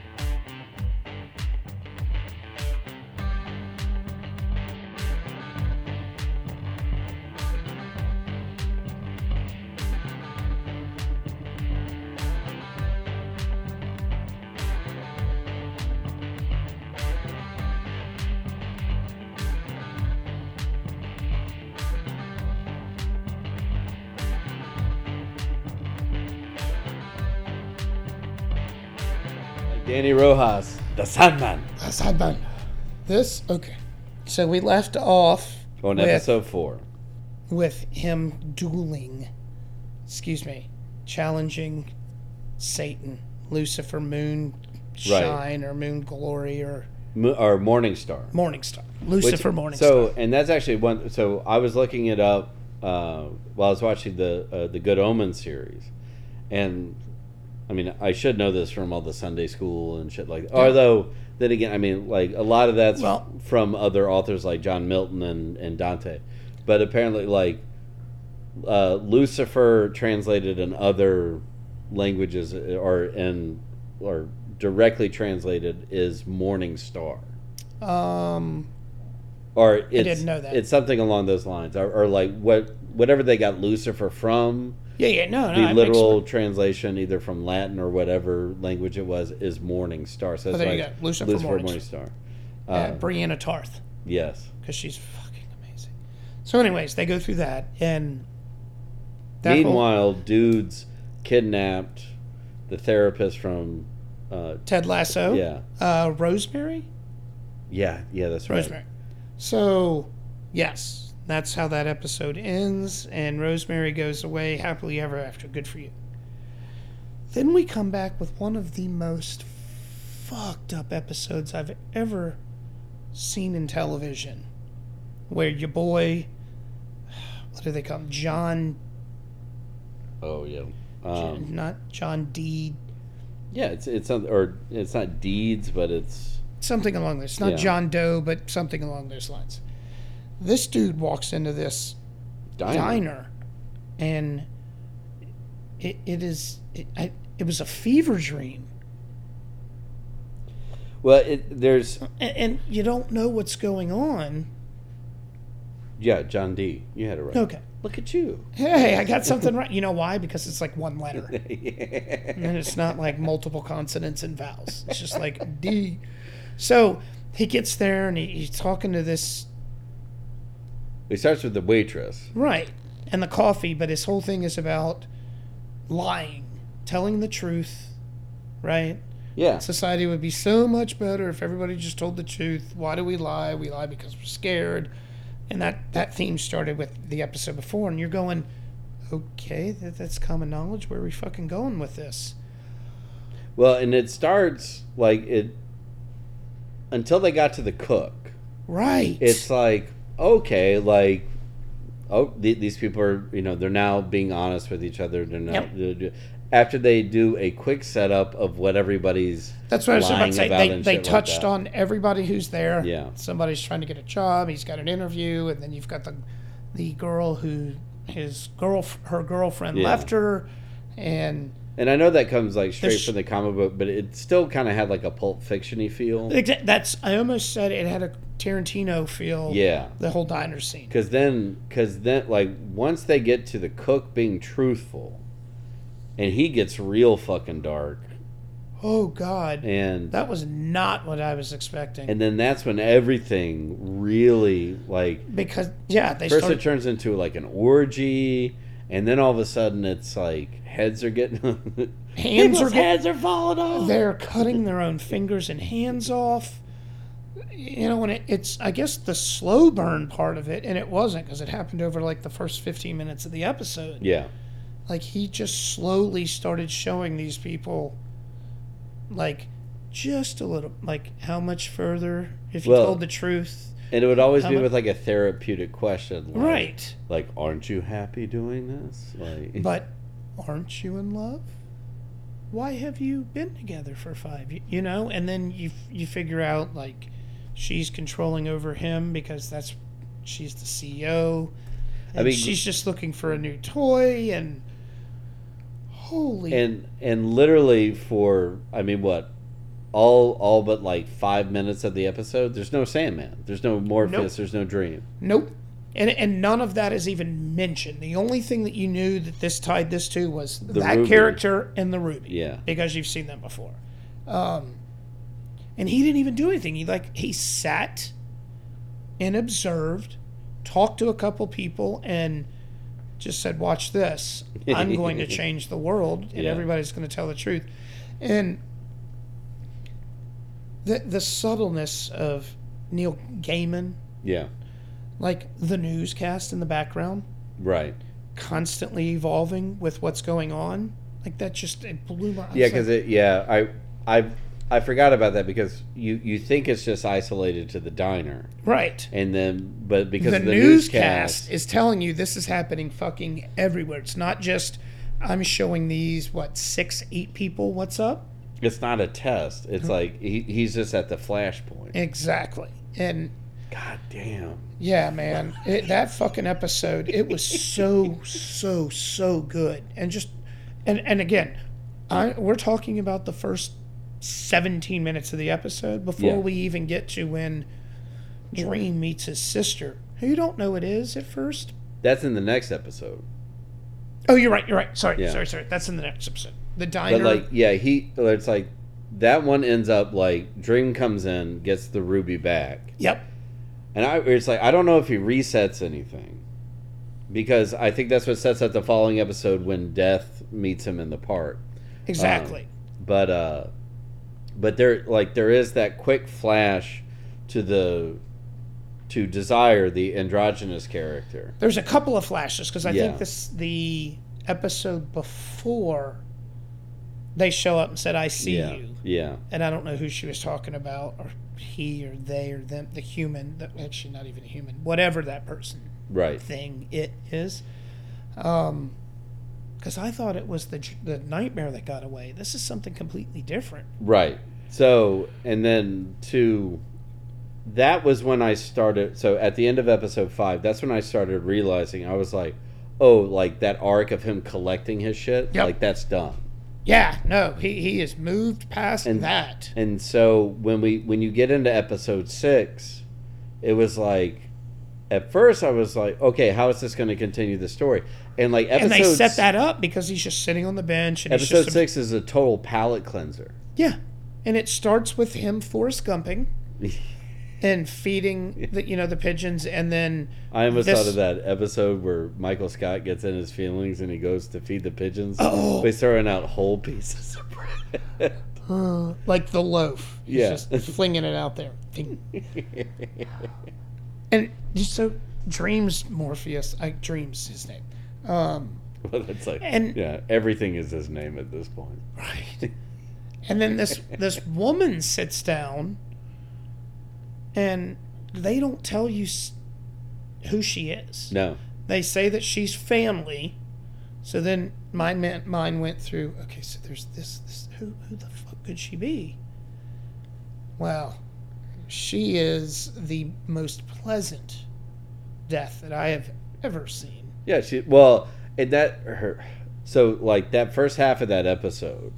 [SPEAKER 2] Danny Rojas, the Sandman,
[SPEAKER 1] This okay. So we left off
[SPEAKER 2] on
[SPEAKER 1] with-
[SPEAKER 2] episode four.
[SPEAKER 1] with him dueling, excuse me, challenging Satan, Lucifer, Moon Shine or Moon Glory or
[SPEAKER 2] Mo- or Morning Star.
[SPEAKER 1] Morningstar,
[SPEAKER 2] Which-
[SPEAKER 1] Lucifer Morningstar.
[SPEAKER 2] So, and that's actually one. So, I was looking it up uh, while I was watching the uh, the Good Omens series, and I mean, I should know this from all the Sunday school and shit like. that. Although, then again, I mean, like a lot of that's
[SPEAKER 1] Well-
[SPEAKER 2] from other authors like John Milton and and Dante, but apparently, like uh, Lucifer translated in other languages uh, or in or directly translated is Morning Star
[SPEAKER 1] um,
[SPEAKER 2] or it's,
[SPEAKER 1] didn't know that.
[SPEAKER 2] It's something along those lines, or, or like what whatever they got Lucifer from.
[SPEAKER 1] yeah, yeah, no, no,
[SPEAKER 2] The
[SPEAKER 1] Ah, it makes-
[SPEAKER 2] literal translation, either from Latin or whatever language it was, is morning star. So
[SPEAKER 1] Oh,
[SPEAKER 2] it's
[SPEAKER 1] there you
[SPEAKER 2] like
[SPEAKER 1] go, Lucifer morning
[SPEAKER 2] star. Uh,
[SPEAKER 1] uh, Brianna Tarth
[SPEAKER 2] yes.
[SPEAKER 1] because she's fucking amazing. So, anyways, they go through that and that whole-
[SPEAKER 2] Meanwhile, dudes kidnapped the therapist from. Uh,
[SPEAKER 1] Ted Lasso,
[SPEAKER 2] Yeah,
[SPEAKER 1] uh, Rosemary,
[SPEAKER 2] yeah, yeah. That's right.
[SPEAKER 1] Rosemary. So, yes, that's how that episode ends, and Rosemary goes away happily ever after. Good for you. Then we come back with one of the most fucked up episodes I've ever seen in television, where your boy, what do they call him, John,
[SPEAKER 2] Oh yeah. Um,
[SPEAKER 1] not John D,
[SPEAKER 2] yeah, it's it's some- or it's not deeds, but it's
[SPEAKER 1] something along this. Not
[SPEAKER 2] Yeah.
[SPEAKER 1] John Doe, but something along those lines. This dude walks into this
[SPEAKER 2] diner.
[SPEAKER 1] diner, and it, it is it, I, it was a fever dream,
[SPEAKER 2] Well, it, there's
[SPEAKER 1] and, and you don't know what's going on.
[SPEAKER 2] yeah, John D. You had it right.
[SPEAKER 1] Okay,
[SPEAKER 2] Look at you.
[SPEAKER 1] hey, I got something right. You know why? Because it's like one letter,
[SPEAKER 2] yeah.
[SPEAKER 1] and it's not like multiple consonants and vowels. It's just like D. So he gets there and he, he's talking to this
[SPEAKER 2] It starts with the waitress.
[SPEAKER 1] Right. And the coffee, but his whole thing is about lying, telling the truth, right?
[SPEAKER 2] Yeah.
[SPEAKER 1] Society would be so much better if everybody just told the truth. Why do we lie? We lie because we're scared. And that, that theme started with the episode before, and you're going, okay, that, that's common knowledge. Where are we fucking going with this?
[SPEAKER 2] Well, and it starts like it until they got to the cook.
[SPEAKER 1] Right.
[SPEAKER 2] It's like okay, like oh, th- these people are you know they're now being honest with each other. They're now after they do a quick setup of what everybody's
[SPEAKER 1] That's what I was about
[SPEAKER 2] lying
[SPEAKER 1] to say.
[SPEAKER 2] about
[SPEAKER 1] They,
[SPEAKER 2] and
[SPEAKER 1] they
[SPEAKER 2] shit like
[SPEAKER 1] touched
[SPEAKER 2] that.
[SPEAKER 1] on everybody who's there.
[SPEAKER 2] Yeah.
[SPEAKER 1] Somebody's trying to get a job. He's got an interview, and then you've got the the girl who his girl her girlfriend
[SPEAKER 2] Yeah.
[SPEAKER 1] left her, and
[SPEAKER 2] And I know that comes like straight
[SPEAKER 1] sh-
[SPEAKER 2] from the comic book, but it still kind of had like a pulp fictiony feel.
[SPEAKER 1] exa- that's I almost said it had a Tarantino feel.
[SPEAKER 2] Yeah.
[SPEAKER 1] The whole diner scene.
[SPEAKER 2] Because then, because then, like once they get to the cook being truthful, and he gets real fucking dark,
[SPEAKER 1] Oh God,
[SPEAKER 2] and
[SPEAKER 1] that was not what I was expecting.
[SPEAKER 2] and then that's when everything really like
[SPEAKER 1] because yeah, they
[SPEAKER 2] first
[SPEAKER 1] started.
[SPEAKER 2] it turns into like an orgy, and then all of a sudden it's like heads are getting
[SPEAKER 1] Hands
[SPEAKER 2] People's
[SPEAKER 1] are go-
[SPEAKER 2] heads are falling off.
[SPEAKER 1] They're cutting their own fingers and hands off. you know, and it, it's I guess the slow burn part of it, and it wasn't because it happened over like the first fifteen minutes of the episode.
[SPEAKER 2] Yeah.
[SPEAKER 1] Like he just slowly started showing these people, like, just a little, like how much further if you
[SPEAKER 2] Well,
[SPEAKER 1] told the truth,
[SPEAKER 2] And it would always
[SPEAKER 1] How
[SPEAKER 2] be
[SPEAKER 1] mu-
[SPEAKER 2] with like a therapeutic question. Like,
[SPEAKER 1] right?
[SPEAKER 2] Like, aren't you happy doing this? Like,
[SPEAKER 1] But aren't you in love? Why have you been together for five? y- You know, and then you f- you figure out like she's controlling over him because that's she's the CEO.
[SPEAKER 2] I
[SPEAKER 1] And
[SPEAKER 2] mean-
[SPEAKER 1] she's just looking for a new toy and holy
[SPEAKER 2] and and literally for I mean what all all but like five minutes of the episode. There's no Sandman. There's no Morpheus.
[SPEAKER 1] Nope.
[SPEAKER 2] There's no Dream.
[SPEAKER 1] nope. And and none of that is even mentioned. The only thing that you knew that this tied this to was that
[SPEAKER 2] ruby.
[SPEAKER 1] character and the ruby.
[SPEAKER 2] Yeah.
[SPEAKER 1] because you've seen them before. Um, and he didn't even do anything. He like he sat and observed, talked to a couple people, and just said, "Watch this. I'm going to change the world, and
[SPEAKER 2] Yeah.
[SPEAKER 1] everybody's going to tell the truth." And the the subtleness of Neil Gaiman,
[SPEAKER 2] Yeah.
[SPEAKER 1] like the newscast in the background,
[SPEAKER 2] Right.
[SPEAKER 1] constantly evolving with what's going on. Like that just it blew my I was
[SPEAKER 2] Yeah,
[SPEAKER 1] like,
[SPEAKER 2] because it. Yeah, I, I, I forgot about that because you you think it's just isolated to the diner,
[SPEAKER 1] right.
[SPEAKER 2] and then but because
[SPEAKER 1] the,
[SPEAKER 2] of the
[SPEAKER 1] newscast
[SPEAKER 2] newscast,
[SPEAKER 1] is telling you this is happening fucking everywhere. It's not just I'm showing these what six eight people what's up
[SPEAKER 2] it's not a test. It's like he, he's just at the flashpoint.
[SPEAKER 1] exactly. And
[SPEAKER 2] God damn.
[SPEAKER 1] yeah, man, it, that fucking episode it was so so so good. And just and and again, I we're talking about the first 17 minutes of the episode before
[SPEAKER 2] Yeah.
[SPEAKER 1] we even get to when Dream meets his sister, who you don't know it is at first,
[SPEAKER 2] That's in the next episode.
[SPEAKER 1] Oh, you're right. You're right. Sorry.
[SPEAKER 2] Yeah.
[SPEAKER 1] Sorry. Sorry. That's in the next episode. The diner.
[SPEAKER 2] But like, yeah, he. It's like that one ends up like Dream comes in, gets the ruby back,
[SPEAKER 1] yep.
[SPEAKER 2] and I. It's like I don't know if he resets anything, because I think that's what sets up the following episode when Death meets him in the park.
[SPEAKER 1] Exactly.
[SPEAKER 2] but uh but there like there is that quick flash to the to desire the androgynous character
[SPEAKER 1] There's a couple of flashes because I
[SPEAKER 2] Yeah.
[SPEAKER 1] think this the episode before they show up and said, "I see
[SPEAKER 2] yeah
[SPEAKER 1] you,"
[SPEAKER 2] yeah
[SPEAKER 1] and I don't know who she was talking about, or he, or they, or them. The human. The, actually, not even a human. Whatever that person
[SPEAKER 2] right
[SPEAKER 1] thing it is. Um. Because I thought it was the dr- the nightmare that got away. This is something completely different.
[SPEAKER 2] right so and then to that was when i started so at the end of episode five that's when i started realizing i was like oh like that arc of him collecting his shit
[SPEAKER 1] Yep.
[SPEAKER 2] like that's done
[SPEAKER 1] Yeah, no, he, he has moved past
[SPEAKER 2] And-
[SPEAKER 1] that.
[SPEAKER 2] And so when we when you get into episode six, it was like at first I was like, okay, how is this going to continue the story? And like episode
[SPEAKER 1] and they set that up because he's just sitting on the bench and he's
[SPEAKER 2] episode
[SPEAKER 1] just
[SPEAKER 2] six is a total palate cleanser.
[SPEAKER 1] yeah and it starts with him force gumping and feeding the you know the pigeons and then
[SPEAKER 2] I almost
[SPEAKER 1] This-
[SPEAKER 2] thought of that episode where Michael Scott gets in his feelings and he goes to feed the pigeons.
[SPEAKER 1] Oh.
[SPEAKER 2] but he's throwing out whole pieces of bread.
[SPEAKER 1] uh, like the loaf he's
[SPEAKER 2] Yeah.
[SPEAKER 1] just flinging it out there Ding. and just so dreams morpheus i dreams his name um
[SPEAKER 2] well, it's like
[SPEAKER 1] And-
[SPEAKER 2] yeah, everything is his name at this point.
[SPEAKER 1] Right. And then this this woman sits down, and they don't tell you s- who she is.
[SPEAKER 2] No,
[SPEAKER 1] They say that she's family. So then mine meant mine went through. Okay, so there's this this who who the fuck could she be? Well, she is the most pleasant death that I have ever seen.
[SPEAKER 2] Yeah, she well, and that her so like that first half of that episode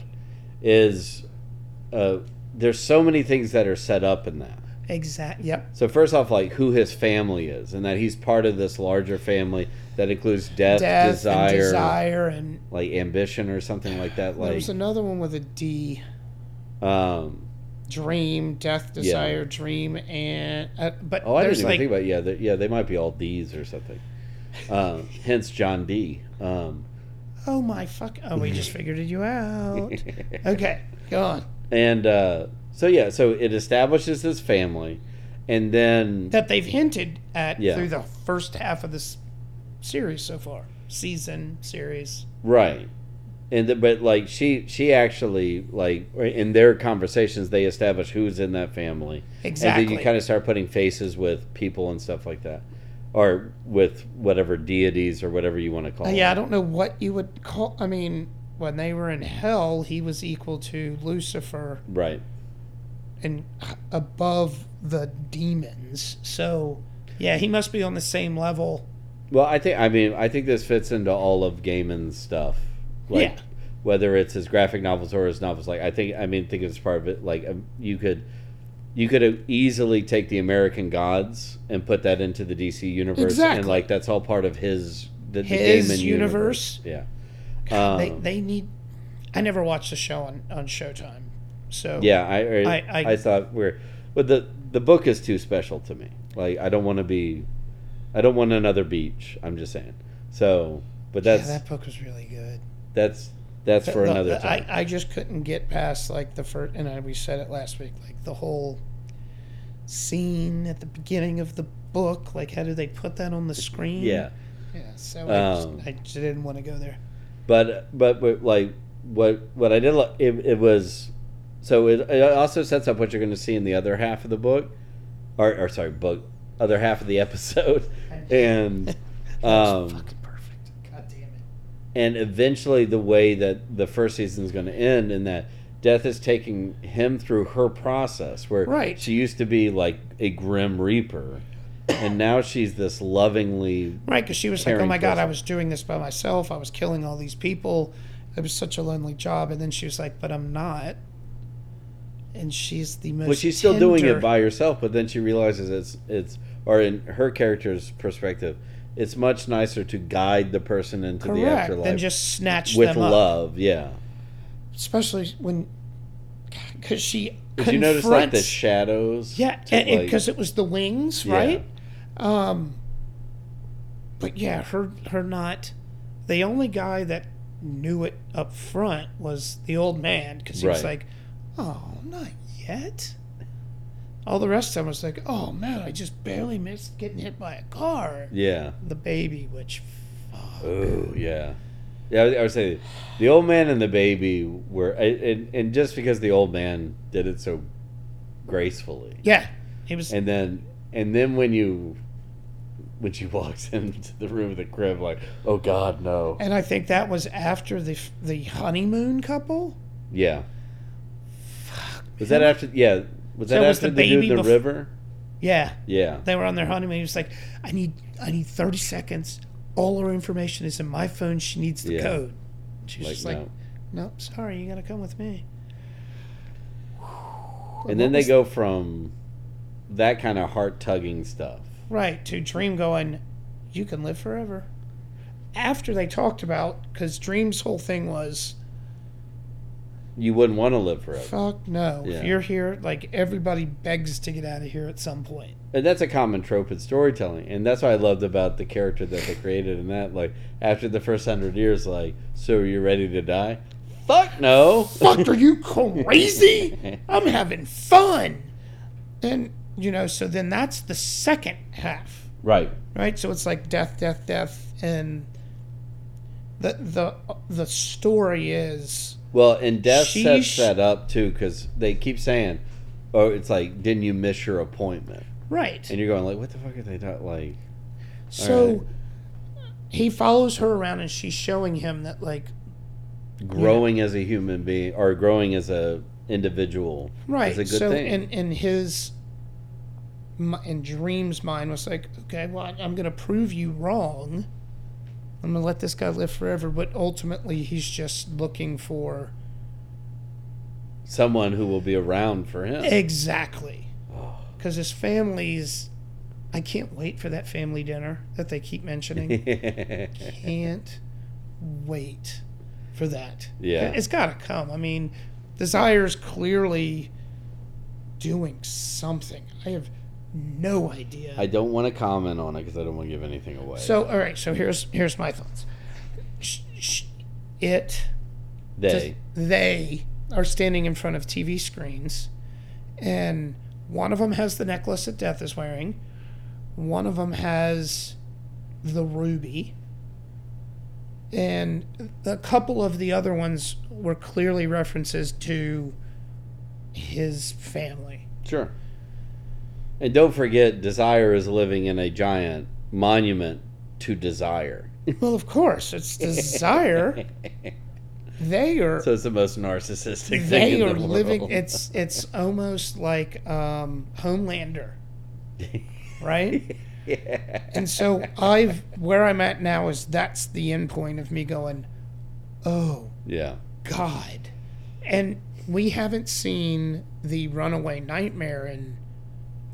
[SPEAKER 2] is uh there's so many things that are set up in that.
[SPEAKER 1] Exact. Yep.
[SPEAKER 2] So first off like who his family is and that he's part of this larger family that includes death,
[SPEAKER 1] Death
[SPEAKER 2] desire,
[SPEAKER 1] and desire and
[SPEAKER 2] like ambition or something like that
[SPEAKER 1] there
[SPEAKER 2] like
[SPEAKER 1] was another one with a D.
[SPEAKER 2] um
[SPEAKER 1] dream, death, desire, dream, and uh, but
[SPEAKER 2] oh I didn't
[SPEAKER 1] there's
[SPEAKER 2] even
[SPEAKER 1] like
[SPEAKER 2] think about yeah, they- yeah, they might be all D's or something. Um hence John D. Um
[SPEAKER 1] oh my fuck oh we just figured it you out okay go on
[SPEAKER 2] And uh, so yeah, so it establishes his family, and then
[SPEAKER 1] that they've hinted at
[SPEAKER 2] Yeah.
[SPEAKER 1] through the first half of this series so far, season series.
[SPEAKER 2] right, and the, but like she she actually like in their conversations they establish who's in that family.
[SPEAKER 1] Exactly.
[SPEAKER 2] And then you kind of start putting faces with people and stuff like that, or with whatever deities or whatever you want to call.
[SPEAKER 1] Uh, yeah, I
[SPEAKER 2] them.
[SPEAKER 1] don't know what you would call. I mean, when they were in hell, he was equal to Lucifer
[SPEAKER 2] Right.
[SPEAKER 1] and above the demons. So, yeah, he must be on the same level.
[SPEAKER 2] Well, I think I mean I think this fits into all of Gaiman's stuff. Like,
[SPEAKER 1] Yeah.
[SPEAKER 2] Whether it's his graphic novels or his novels, like I think I mean think it's part of it. Like um, you could, you could easily take the American Gods and put that into the DC universe,
[SPEAKER 1] Exactly.
[SPEAKER 2] and like that's all part of his the,
[SPEAKER 1] His
[SPEAKER 2] the Gaiman universe. Yeah. Um,
[SPEAKER 1] they they need. I never watched the show on on Showtime, so
[SPEAKER 2] yeah, I I,
[SPEAKER 1] I- I-
[SPEAKER 2] I thought we're, but the the book is too special to me. Like I don't want to be, I don't want another beach. I'm just saying. So, but
[SPEAKER 1] Yeah,
[SPEAKER 2] that's
[SPEAKER 1] that book was really good.
[SPEAKER 2] that's that's for
[SPEAKER 1] The-
[SPEAKER 2] another
[SPEAKER 1] the-
[SPEAKER 2] time.
[SPEAKER 1] I, I just couldn't get past like the first, and I, we said it last week, like the whole scene at the beginning of the book. Like, how do they put that on the screen?
[SPEAKER 2] yeah,
[SPEAKER 1] yeah. So I,
[SPEAKER 2] Um,
[SPEAKER 1] just, I just didn't want to go there.
[SPEAKER 2] but but, but like what what I did li- it, it was so it, it also sets up what you're going to see in the other half of the book, or, or sorry, book other half of the episode, and
[SPEAKER 1] It's
[SPEAKER 2] um,
[SPEAKER 1] fucking perfect. God damn it.
[SPEAKER 2] and eventually the way that the first season is going to end in that death is taking him through her process where
[SPEAKER 1] Right.
[SPEAKER 2] she used to be like a grim reaper and now she's this lovingly
[SPEAKER 1] Right, because she was like, "Oh
[SPEAKER 2] Caring
[SPEAKER 1] my god, I
[SPEAKER 2] person.
[SPEAKER 1] was doing this by myself. I was killing all these people. It was such a lonely job." And then she was like, "But I'm not." And she's the most.
[SPEAKER 2] Well, she's still doing
[SPEAKER 1] tender-
[SPEAKER 2] it by herself, but then she realizes it's it's or in her character's perspective, it's much nicer to guide the person into the
[SPEAKER 1] correct,
[SPEAKER 2] afterlife
[SPEAKER 1] than just snatch
[SPEAKER 2] with
[SPEAKER 1] them up.
[SPEAKER 2] love. Yeah,
[SPEAKER 1] especially when because she
[SPEAKER 2] did you notice like the
[SPEAKER 1] confronts-
[SPEAKER 2] shadows?
[SPEAKER 1] yeah
[SPEAKER 2] to, like-
[SPEAKER 1] because it was the wings
[SPEAKER 2] Yeah.
[SPEAKER 1] right um but yeah her her not the only guy that knew it up front was the old man because he was
[SPEAKER 2] Right.
[SPEAKER 1] like oh not yet all the rest of them was like oh man i just barely missed getting hit by a car
[SPEAKER 2] yeah.
[SPEAKER 1] the baby which
[SPEAKER 2] Oh yeah, yeah. I, I would say the old man and the baby were, and and- and just because the old man did it so gracefully,
[SPEAKER 1] yeah he was
[SPEAKER 2] and then and then when you when she walks into the room of the crib, like, oh God, no.
[SPEAKER 1] and i think that was after the the honeymoon couple
[SPEAKER 2] Yeah. Was that after? Yeah. Was
[SPEAKER 1] So
[SPEAKER 2] that
[SPEAKER 1] was
[SPEAKER 2] after
[SPEAKER 1] the
[SPEAKER 2] the, dude in
[SPEAKER 1] baby
[SPEAKER 2] the
[SPEAKER 1] bef-
[SPEAKER 2] river?
[SPEAKER 1] yeah
[SPEAKER 2] Yeah.
[SPEAKER 1] they were on their honeymoon. He was like, "I need, I need thirty seconds. All her information is in my phone. She needs the
[SPEAKER 2] Yeah.
[SPEAKER 1] code." She was
[SPEAKER 2] Like,
[SPEAKER 1] just like,
[SPEAKER 2] no.
[SPEAKER 1] "Nope, sorry, you gotta come with me."
[SPEAKER 2] and then
[SPEAKER 1] what
[SPEAKER 2] they
[SPEAKER 1] was-
[SPEAKER 2] go from that kind of heart tugging stuff.
[SPEAKER 1] Right to Dream going, "You can live forever." After they talked about, because Dream's whole thing was,
[SPEAKER 2] You wouldn't want to live forever,
[SPEAKER 1] "Fuck no,
[SPEAKER 2] Yeah.
[SPEAKER 1] if you're here, like everybody begs to get out of here at some point."
[SPEAKER 2] and that's a common trope in storytelling. And that's what I loved about the character that they created. In that, like, after the first hundred years, like, so are you ready to die? Fuck no.
[SPEAKER 1] fuck are you crazy i'm having fun and you know so then that's the second half
[SPEAKER 2] Right.
[SPEAKER 1] right so it's like death death death and the the the story is
[SPEAKER 2] Well, and death
[SPEAKER 1] Sheesh.
[SPEAKER 2] sets that up too, because they keep saying, "Oh, it's like, didn't you miss your appointment?"
[SPEAKER 1] right
[SPEAKER 2] And you're going like, "What the fuck are they not like?"
[SPEAKER 1] so
[SPEAKER 2] alright.
[SPEAKER 1] he follows her around and she's showing him that like
[SPEAKER 2] growing as a human being or growing as a individual
[SPEAKER 1] right
[SPEAKER 2] is a good
[SPEAKER 1] so
[SPEAKER 2] thing.
[SPEAKER 1] and and his mi- and dreams mind was like okay well I- i'm gonna prove you wrong i'm gonna let this guy live forever but ultimately he's just looking for
[SPEAKER 2] someone who will be around for him.
[SPEAKER 1] exactly
[SPEAKER 2] Oh.
[SPEAKER 1] because his family's i can't wait for that family dinner that they keep mentioning can't wait for that
[SPEAKER 2] Yeah.
[SPEAKER 1] it's gotta come i mean desire's clearly doing something i have no idea
[SPEAKER 2] I don't want to comment on it because I don't want to give anything away.
[SPEAKER 1] So all right, so here's here's my thoughts. Sh- sh- It
[SPEAKER 2] they
[SPEAKER 1] they are standing in front of TV screens, and One of them has the necklace that Death is wearing. One of them has the ruby. And a couple of the other ones were clearly references to his family.
[SPEAKER 2] Sure. And don't forget, Desire is living in a giant monument to Desire.
[SPEAKER 1] Well, of course, it's desire. they are
[SPEAKER 2] So it's the most narcissistic thing
[SPEAKER 1] they
[SPEAKER 2] in
[SPEAKER 1] are
[SPEAKER 2] the
[SPEAKER 1] living.
[SPEAKER 2] world.
[SPEAKER 1] It's it's almost like um, Homelander, right?
[SPEAKER 2] yeah.
[SPEAKER 1] And so I've where I'm at now is that's the end point of me going, oh
[SPEAKER 2] Yeah.
[SPEAKER 1] God, and we haven't seen the Runaway Nightmare in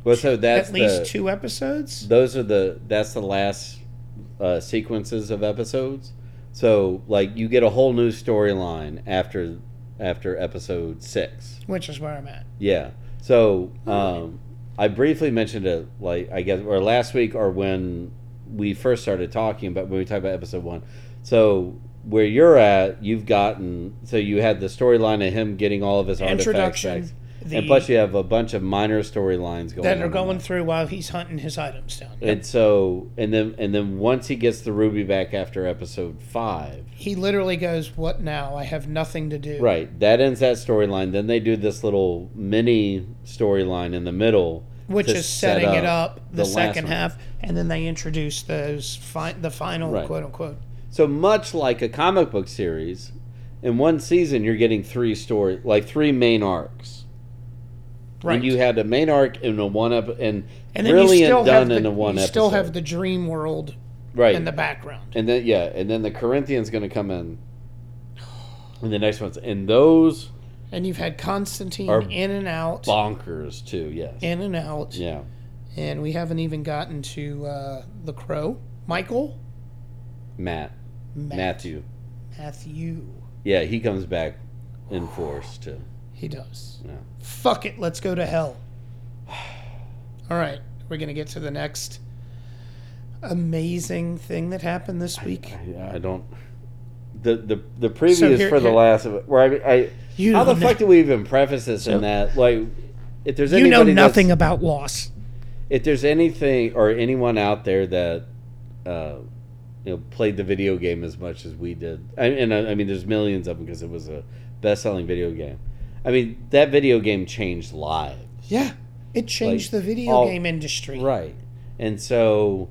[SPEAKER 2] Well, so that's
[SPEAKER 1] at least
[SPEAKER 2] the,
[SPEAKER 1] two episodes.
[SPEAKER 2] those are the that's the last uh, sequences of episodes so like you get a whole new storyline after after episode six
[SPEAKER 1] Which is where I'm at.
[SPEAKER 2] yeah so um, i briefly mentioned it like i guess or last week or when we first started talking about when we talked about episode one so where you're at you've gotten so you had the storyline of him getting all of his artifacts
[SPEAKER 1] Introduction.
[SPEAKER 2] back,
[SPEAKER 1] The,
[SPEAKER 2] and plus you have a bunch of minor storylines going
[SPEAKER 1] that
[SPEAKER 2] on
[SPEAKER 1] are
[SPEAKER 2] in
[SPEAKER 1] going
[SPEAKER 2] that.
[SPEAKER 1] through while he's hunting his items down.
[SPEAKER 2] And so, and then, and then once he gets the ruby back after episode five,
[SPEAKER 1] He literally goes, "What now? I have nothing to do."
[SPEAKER 2] right? That ends that storyline. Then they do this little mini storyline in the middle,
[SPEAKER 1] which
[SPEAKER 2] to
[SPEAKER 1] is
[SPEAKER 2] set
[SPEAKER 1] setting it up the,
[SPEAKER 2] the last
[SPEAKER 1] second
[SPEAKER 2] one.
[SPEAKER 1] half, and then they introduce those fi- the final
[SPEAKER 2] Right.
[SPEAKER 1] quote unquote.
[SPEAKER 2] So much like a comic book series, in one season you're getting three story, like three main arcs.
[SPEAKER 1] Right,
[SPEAKER 2] And you had a main arc in a one up and,
[SPEAKER 1] and then
[SPEAKER 2] really
[SPEAKER 1] you still
[SPEAKER 2] done
[SPEAKER 1] have the,
[SPEAKER 2] in a one
[SPEAKER 1] you
[SPEAKER 2] episode.
[SPEAKER 1] still have the dream world
[SPEAKER 2] right.
[SPEAKER 1] in the background.
[SPEAKER 2] And then yeah, and then the Corinthians going to come in, and the next ones, and those
[SPEAKER 1] And you've had Constantine
[SPEAKER 2] Or
[SPEAKER 1] in and out,
[SPEAKER 2] bonkers too. Yes.
[SPEAKER 1] in and out,
[SPEAKER 2] yeah.
[SPEAKER 1] and we haven't even gotten to uh, the Crow, Michael,
[SPEAKER 2] Matt,
[SPEAKER 1] Matt,
[SPEAKER 2] Matthew.
[SPEAKER 1] Matthew.
[SPEAKER 2] Yeah, he comes back in force too.
[SPEAKER 1] He does.
[SPEAKER 2] Yeah.
[SPEAKER 1] Fuck it, let's go to hell. All right, we're gonna get to the next amazing thing that happened this week.
[SPEAKER 2] I, I don't. The the the preview is
[SPEAKER 1] here-
[SPEAKER 2] for the
[SPEAKER 1] here-
[SPEAKER 2] last of it. Where I, I
[SPEAKER 1] You
[SPEAKER 2] how the
[SPEAKER 1] don't
[SPEAKER 2] fuck do we even preface this
[SPEAKER 1] So-
[SPEAKER 2] in that? Like, if there's
[SPEAKER 1] you know
[SPEAKER 2] anybody that's-
[SPEAKER 1] nothing about loss.
[SPEAKER 2] if there's anything or anyone out there that uh, you know played the video game as much as we did, I, and I, I mean, there's millions of them because it was a best-selling video game. I mean, that video game changed lives.
[SPEAKER 1] Yeah, it changed
[SPEAKER 2] Like,
[SPEAKER 1] the video
[SPEAKER 2] all-
[SPEAKER 1] game industry.
[SPEAKER 2] Right. And so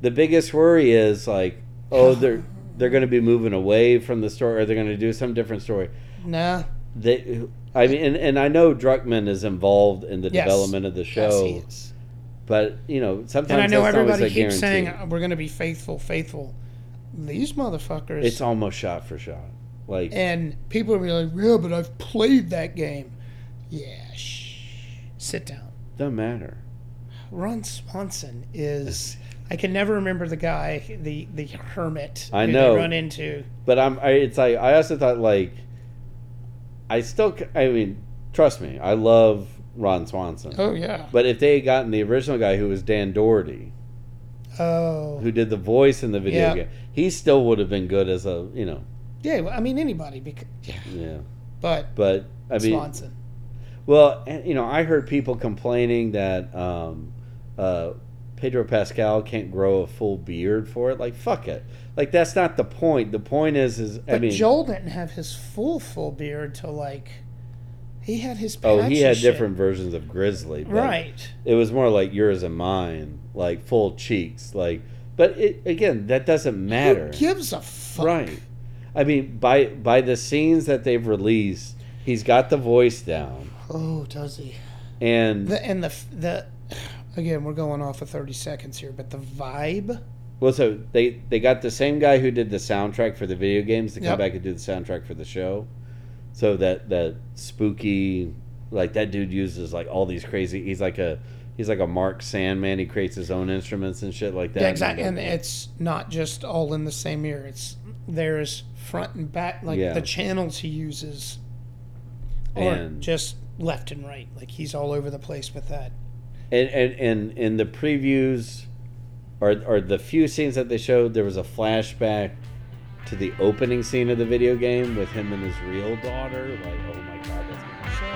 [SPEAKER 2] the biggest worry is like, oh, they're they're going to be moving away from the story, or they're going to do some different story.
[SPEAKER 1] Nah,
[SPEAKER 2] They, I mean, and, and I know Druckman is involved in the
[SPEAKER 1] Yes.
[SPEAKER 2] development of the show,
[SPEAKER 1] yes, he is.
[SPEAKER 2] but you know, sometimes
[SPEAKER 1] And I know
[SPEAKER 2] that's not always
[SPEAKER 1] everybody
[SPEAKER 2] a
[SPEAKER 1] keeps
[SPEAKER 2] guarantee.
[SPEAKER 1] saying "Oh, we're going to be faithful, faithful. These motherfuckers.
[SPEAKER 2] it's almost shot for shot. Like,
[SPEAKER 1] and people are like, "Yeah, but I've played that game." Yeah, shh. Sit down.
[SPEAKER 2] doesn't matter.
[SPEAKER 1] Ron Swanson is. I can never remember the guy, the the hermit.
[SPEAKER 2] I
[SPEAKER 1] who
[SPEAKER 2] know.
[SPEAKER 1] They run into.
[SPEAKER 2] But I'm. I, it's like I also thought like, I still. c- I mean, trust me, I love Ron Swanson.
[SPEAKER 1] Oh yeah.
[SPEAKER 2] But if they had gotten the original guy who was Dan Doherty,
[SPEAKER 1] Oh
[SPEAKER 2] who did the voice in the video
[SPEAKER 1] Yeah.
[SPEAKER 2] game, he still would have been good as a you know
[SPEAKER 1] yeah. Well, I mean anybody. Because, yeah.
[SPEAKER 2] yeah.
[SPEAKER 1] But
[SPEAKER 2] But I mean,
[SPEAKER 1] Swanson.
[SPEAKER 2] well, and, you know, I heard people complaining that um, uh, Pedro Pascal can't grow a full beard for it. Like fuck it, like that's not the point. The point is, is I
[SPEAKER 1] But
[SPEAKER 2] mean,
[SPEAKER 1] Joel didn't have his full full beard till like he had his.
[SPEAKER 2] oh, he
[SPEAKER 1] patchy
[SPEAKER 2] had
[SPEAKER 1] shit.
[SPEAKER 2] different versions of Grizzly, but
[SPEAKER 1] Right.
[SPEAKER 2] It was more like yours and mine, like full cheeks, like. But it again, that doesn't matter.
[SPEAKER 1] Who gives a fuck?
[SPEAKER 2] Right. I mean, by by the scenes that they've released, he's got the voice down,
[SPEAKER 1] Oh, does he?
[SPEAKER 2] and
[SPEAKER 1] The and the f- the again we're going off of thirty seconds here, but the vibe.
[SPEAKER 2] well, so they they got the same guy who did the soundtrack for the video games to come
[SPEAKER 1] Yep.
[SPEAKER 2] back and do the soundtrack for the show. So that that spooky, like that dude uses like all these crazy. He's like a he's like a Mark Sandman. He creates his own instruments and shit like that.
[SPEAKER 1] Yeah, exactly. And it's not just all in the same ear. It's there's front and back, like
[SPEAKER 2] Yeah.
[SPEAKER 1] the channels he uses, or
[SPEAKER 2] And-
[SPEAKER 1] just left and right. Like he's all over the place with that.
[SPEAKER 2] and and and in the previews or or the few scenes that they showed there was a flashback to the opening scene of the video game with him and his real daughter like oh my god that's
[SPEAKER 1] So.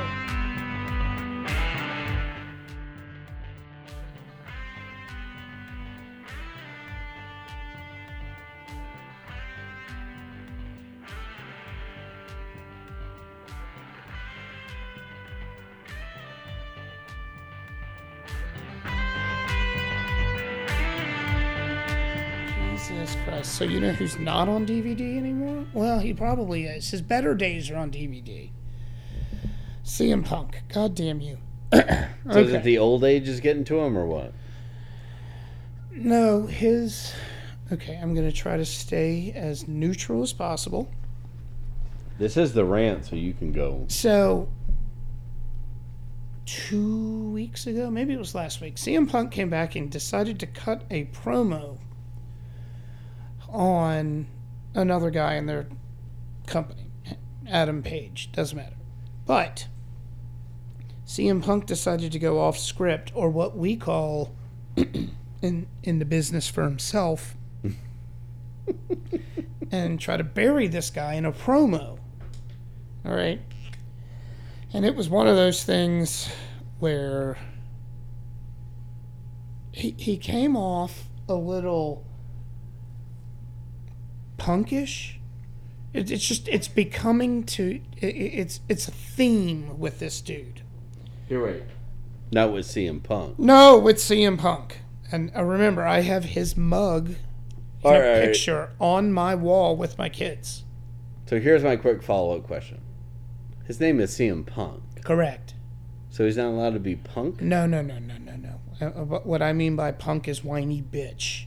[SPEAKER 1] Jesus Christ. So you know who's not on DVD anymore? Well, he probably is. His better days are on DVD. CM Punk. God damn you.
[SPEAKER 2] So is it the old age is getting to him or what?
[SPEAKER 1] No, his. Okay, I'm going to try to stay as neutral as possible.
[SPEAKER 2] This is the rant, so you can go.
[SPEAKER 1] So, two weeks ago, maybe it was last week, CM Punk came back and decided to cut a promo on another guy in their company, Adam Page. Doesn't matter. But CM Punk decided to go off script, or what we call in in the business for himself, and try to bury this guy in a promo. All right. And it was one of those things where he, he came off a little punkish. It, it's just it's becoming to it, it- it's it's a theme with this dude.
[SPEAKER 2] You're right. Not with CM Punk.
[SPEAKER 1] No, with CM Punk. And I remember I have his mug
[SPEAKER 2] All
[SPEAKER 1] and a
[SPEAKER 2] right.
[SPEAKER 1] picture on my wall with my kids.
[SPEAKER 2] So here's my quick follow up question. His name is CM Punk,
[SPEAKER 1] Correct.
[SPEAKER 2] so he's not allowed to be punk.
[SPEAKER 1] No, no, no, no, no, no. Uh, uh, what what I mean by punk is whiny bitch.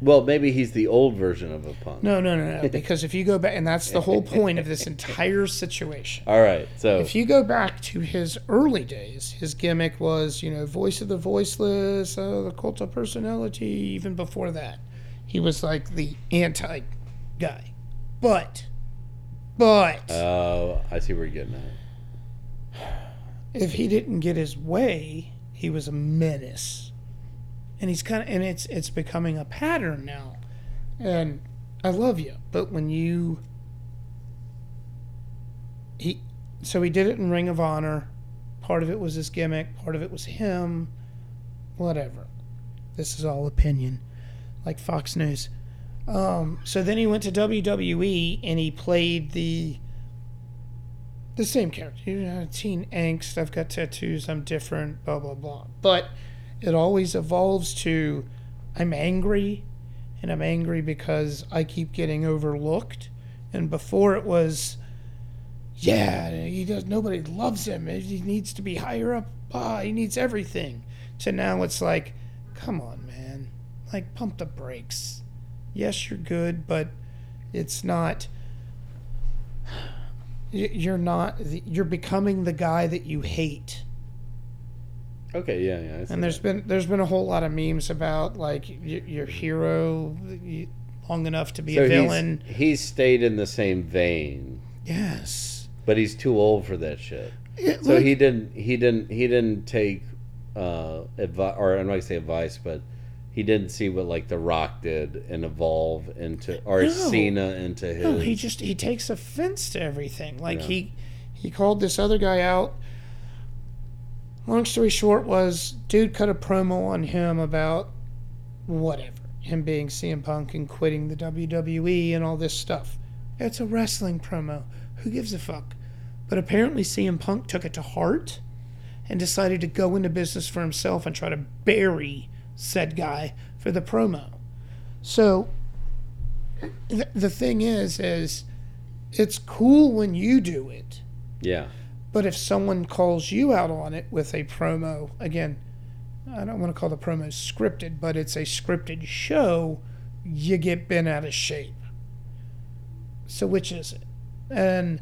[SPEAKER 2] Well, maybe he's the old version of a punk.
[SPEAKER 1] No, no, no, no. Because if you go back, and that's the whole point of this entire situation.
[SPEAKER 2] All right, so
[SPEAKER 1] If you go back to his early days, his gimmick was, you know, voice of the voiceless, uh, the cult of personality. Even before that, he was like the anti guy. But, but
[SPEAKER 2] Oh, I see where you're getting at.
[SPEAKER 1] if he didn't get his way, he was a menace. And he's kind of, and it's it's becoming a pattern now. And I love you, but when you he so he did it in Ring of Honor. Part of it was his gimmick, part of it was him. Whatever. This is all opinion, like Fox News. Um, so then he went to WWE and he played the the same character. You know, teen angst. I've got tattoos. I'm different. Blah blah blah. But it always evolves to, I'm angry, and I'm angry because I keep getting overlooked. And before it was, yeah, he does. Nobody loves him. He needs to be higher up. Ah, he needs everything. To now it's like, come on, man. Like pump the brakes. Yes, you're good, but it's not y- you're not the- you're becoming the guy that you hate
[SPEAKER 2] Okay, yeah, yeah. I see
[SPEAKER 1] and there's been there's been a whole lot of memes about like y- your hero y- long enough to be
[SPEAKER 2] that.
[SPEAKER 1] a
[SPEAKER 2] So he's-
[SPEAKER 1] villain
[SPEAKER 2] He's, stayed in the same vein,
[SPEAKER 1] yes
[SPEAKER 2] but he's too old for that shit.
[SPEAKER 1] It-
[SPEAKER 2] So
[SPEAKER 1] like-
[SPEAKER 2] he didn't. He didn't. He didn't take uh, advice, or I'm not gonna say advice, but he didn't see what like The Rock did and evolve into, or
[SPEAKER 1] No.
[SPEAKER 2] Cena into his.
[SPEAKER 1] no he just he takes offense to everything like
[SPEAKER 2] Yeah.
[SPEAKER 1] he he called this other guy out long story short was dude cut a promo on him about whatever him being CM Punk and quitting the WWE and all this stuff it's a wrestling promo who gives a fuck but apparently CM Punk took it to heart and decided to go into business for himself and try to bury said guy for the promo so th- the thing is is it's cool when you do it
[SPEAKER 2] yeah.
[SPEAKER 1] but if someone calls you out on it with a promo again i don't want to call the promo scripted but it's a scripted show you get bent out of shape so which is it and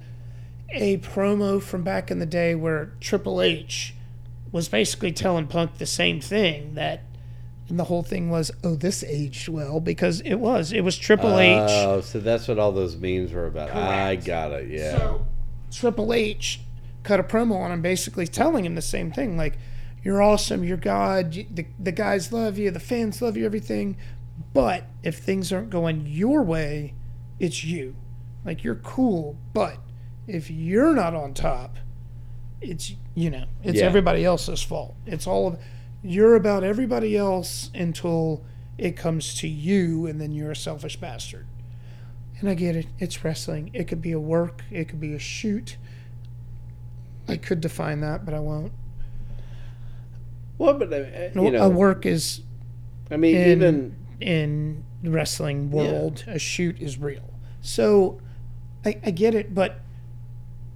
[SPEAKER 1] a promo from back in the day where triple h was basically telling punk the same thing that and the whole thing was oh this aged well because it was it was triple h
[SPEAKER 2] Oh, so that's what all those memes were about. I
[SPEAKER 1] Correct.
[SPEAKER 2] got it. Yeah.
[SPEAKER 1] So Triple H cut a promo on him, basically telling him the same thing: like, "You're awesome, you're God, you- the the guys love you, the fans love you, everything." But if things aren't going your way, it's you. Like you're cool, but if you're not on top, it's you know, it's
[SPEAKER 2] Yeah.
[SPEAKER 1] everybody else's fault. It's all of you're about everybody else until it comes to you, and then you're a selfish bastard. And I get it. It's wrestling. It could be a work. It could be a shoot. I could define that, but I won't.
[SPEAKER 2] well, but uh,
[SPEAKER 1] No,
[SPEAKER 2] you know,
[SPEAKER 1] a work is
[SPEAKER 2] I mean,
[SPEAKER 1] in-
[SPEAKER 2] even
[SPEAKER 1] in the wrestling world, a shoot is real. So I, I get it, but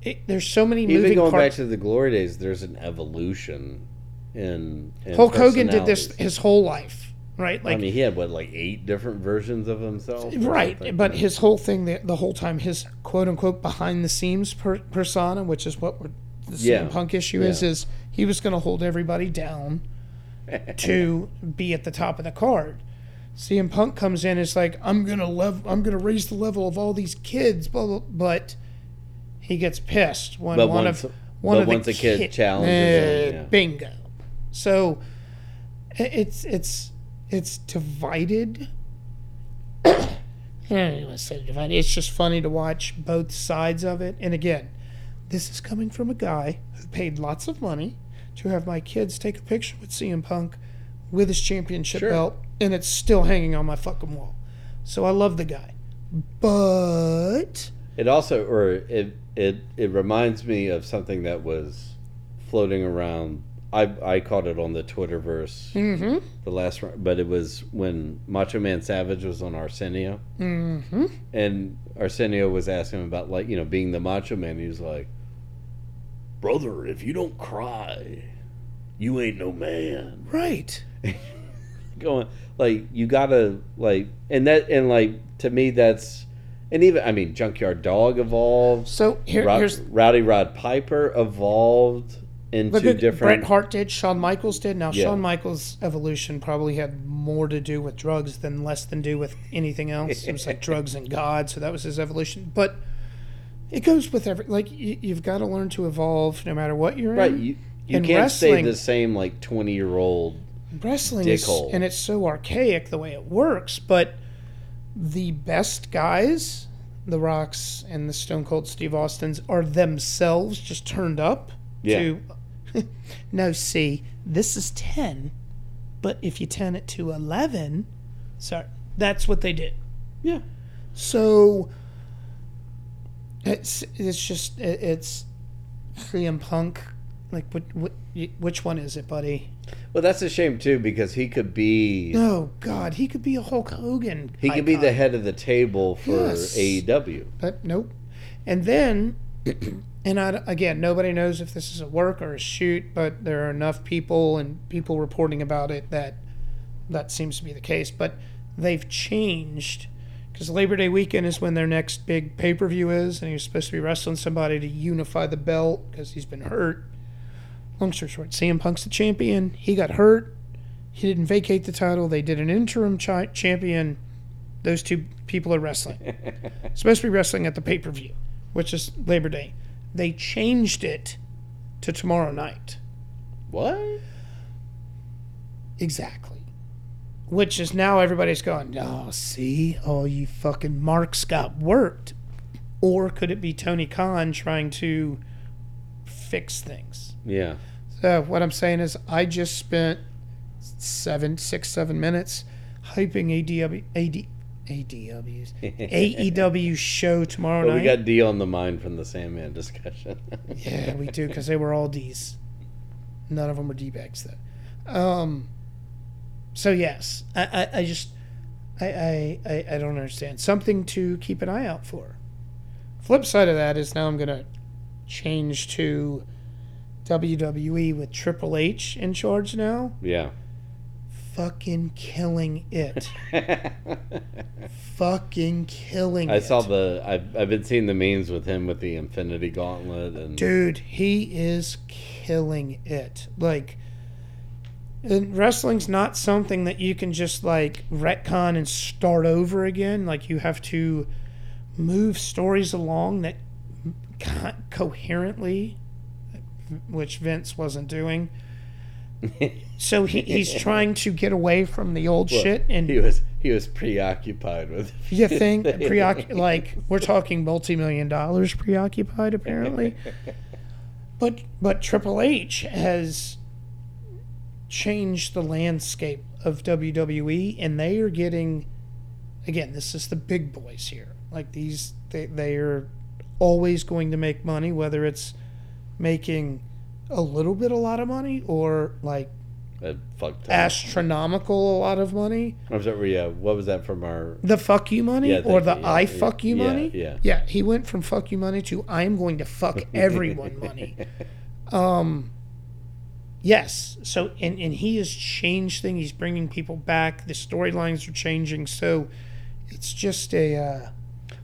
[SPEAKER 1] it, there's so many
[SPEAKER 2] Even
[SPEAKER 1] moving
[SPEAKER 2] going back
[SPEAKER 1] parts.
[SPEAKER 2] to the glory days, there's an evolution in, in
[SPEAKER 1] Hulk Hogan did this
[SPEAKER 2] personalities.
[SPEAKER 1] his whole life, right? Like
[SPEAKER 2] I mean, he had what like eight different versions of himself, or
[SPEAKER 1] right
[SPEAKER 2] something?
[SPEAKER 1] but his whole thing the, the whole time his quote unquote behind the scenes per, persona which is what we're, the
[SPEAKER 2] Yeah.
[SPEAKER 1] CM punk issue is
[SPEAKER 2] Yeah.
[SPEAKER 1] is he was going to hold everybody down to be at the top of the card CM Punk comes in it's like I'm going to lev- I'm going to raise the level of all these kids blah, blah, but he gets pissed when
[SPEAKER 2] But
[SPEAKER 1] one
[SPEAKER 2] once-
[SPEAKER 1] of one
[SPEAKER 2] but
[SPEAKER 1] of the
[SPEAKER 2] once a kid
[SPEAKER 1] kid-
[SPEAKER 2] challenges him,
[SPEAKER 1] Eh,
[SPEAKER 2] yeah.
[SPEAKER 1] bingo so i- it's it's it's divided I don't even want to say divided. It's just funny to watch both sides of it. And again, this is coming from a guy who paid lots of money to have my kids take a picture with CM Punk with his championship
[SPEAKER 2] Sure.
[SPEAKER 1] belt, and it's still hanging on my fucking wall. So I love the guy. But
[SPEAKER 2] It also, or it, it, it reminds me of something that was floating around. I, I caught it on the Twitterverse
[SPEAKER 1] Mhm.
[SPEAKER 2] the last round, but it was when Macho Man Savage was on Arsenio,
[SPEAKER 1] hmm
[SPEAKER 2] and Arsenio was asking him about like you know being the Macho Man. He was like, "Brother, if you don't cry, you ain't no man."
[SPEAKER 1] right.
[SPEAKER 2] going like you gotta like and that and like to me that's and even I mean Junkyard Dog evolves.
[SPEAKER 1] So here,
[SPEAKER 2] Ro-
[SPEAKER 1] here's
[SPEAKER 2] Rowdy Rod Piper evolved into
[SPEAKER 1] look at
[SPEAKER 2] different.
[SPEAKER 1] Bret Hart did, Shawn Michaels did. Now
[SPEAKER 2] Yeah.
[SPEAKER 1] Shawn Michaels' evolution probably had more to do with drugs than less than do with anything else. It was like drugs and God, so that was his evolution. But it goes with every like you, you've got to learn to evolve no matter what you're
[SPEAKER 2] right,
[SPEAKER 1] in.
[SPEAKER 2] you you
[SPEAKER 1] in
[SPEAKER 2] can't say
[SPEAKER 1] wrestling-
[SPEAKER 2] the same like twenty year old.
[SPEAKER 1] Wrestling is
[SPEAKER 2] Dickhole.
[SPEAKER 1] and it's so archaic the way it works, but the best guys, the Rocks and the Stone Cold Steve Austins, are themselves just turned up
[SPEAKER 2] Yeah.
[SPEAKER 1] to no see this is 10 but if you turn it to 11 sorry that's what they did
[SPEAKER 2] Yeah,
[SPEAKER 1] so it's it's just it, it's CM Punk like what, what which one is it buddy
[SPEAKER 2] well that's a shame too because he could be
[SPEAKER 1] oh god he could be a Hulk Hogan
[SPEAKER 2] he could be
[SPEAKER 1] icon.
[SPEAKER 2] the head of the table for E
[SPEAKER 1] Yes.
[SPEAKER 2] AEW.
[SPEAKER 1] But nope. And then, and I, again, nobody knows if this is a work or a shoot, but there are enough people and people reporting about it that that seems to be the case. But they've changed because Labor Day weekend is when their next big pay per view is, and he was supposed to be wrestling somebody to unify the belt because he's been hurt. Long story short, CM Punk's the champion. He got hurt. He didn't vacate the title. They did an interim chi- champion. Those two people are wrestling supposed to be wrestling at the pay per view, which is Labor Day. They changed it to tomorrow night.
[SPEAKER 2] What?
[SPEAKER 1] Exactly. Which is now everybody's going, oh, see, all you fucking marks got worked. Or could it be Tony Khan trying to fix things?
[SPEAKER 2] Yeah,
[SPEAKER 1] So what I'm saying is, I just spent seven, six, seven minutes hyping ADW, AD, ADW's, E AEW show tomorrow
[SPEAKER 2] but
[SPEAKER 1] night.
[SPEAKER 2] we got D on the mind from the Sandman discussion.
[SPEAKER 1] Yeah, we do because they were all D's. None of them were D bags though. Um, so yes, I, I, I just I, I I I don't understand. Something to keep an eye out for. Flip side of that is now I'm gonna change to WWE with Triple H in charge now.
[SPEAKER 2] yeah.
[SPEAKER 1] Fucking killing it. Fucking killing
[SPEAKER 2] I
[SPEAKER 1] it.
[SPEAKER 2] saw the. I've, I've been seeing the memes with him with the Infinity Gauntlet and
[SPEAKER 1] Dude, he is killing it. Like, and wrestling's not something that you can just like retcon and start over again. Like, you have to move stories along that co- coherently, which Vince wasn't doing. so he, he's trying to get away from the old shit and
[SPEAKER 2] he was he was preoccupied with.
[SPEAKER 1] you think preoc- like we're talking multi-million dollars preoccupied apparently but but triple h has changed the landscape of wwe and they are getting again this is the big boys here like these they, they are always going to make money whether it's making a little bit a lot of money or like
[SPEAKER 2] a fuck ton.
[SPEAKER 1] astronomical a lot of money.
[SPEAKER 2] I'm sorry, yeah. What was that from our?
[SPEAKER 1] The fuck you money
[SPEAKER 2] Yeah,
[SPEAKER 1] or the
[SPEAKER 2] thank you, yeah,
[SPEAKER 1] I
[SPEAKER 2] yeah,
[SPEAKER 1] fuck you
[SPEAKER 2] yeah,
[SPEAKER 1] money.
[SPEAKER 2] yeah.
[SPEAKER 1] Yeah, he went from fuck you money to I am going to fuck everyone money. Um yes. So and and he has changed things. He's bringing people back. The storylines are changing. So it's just a uh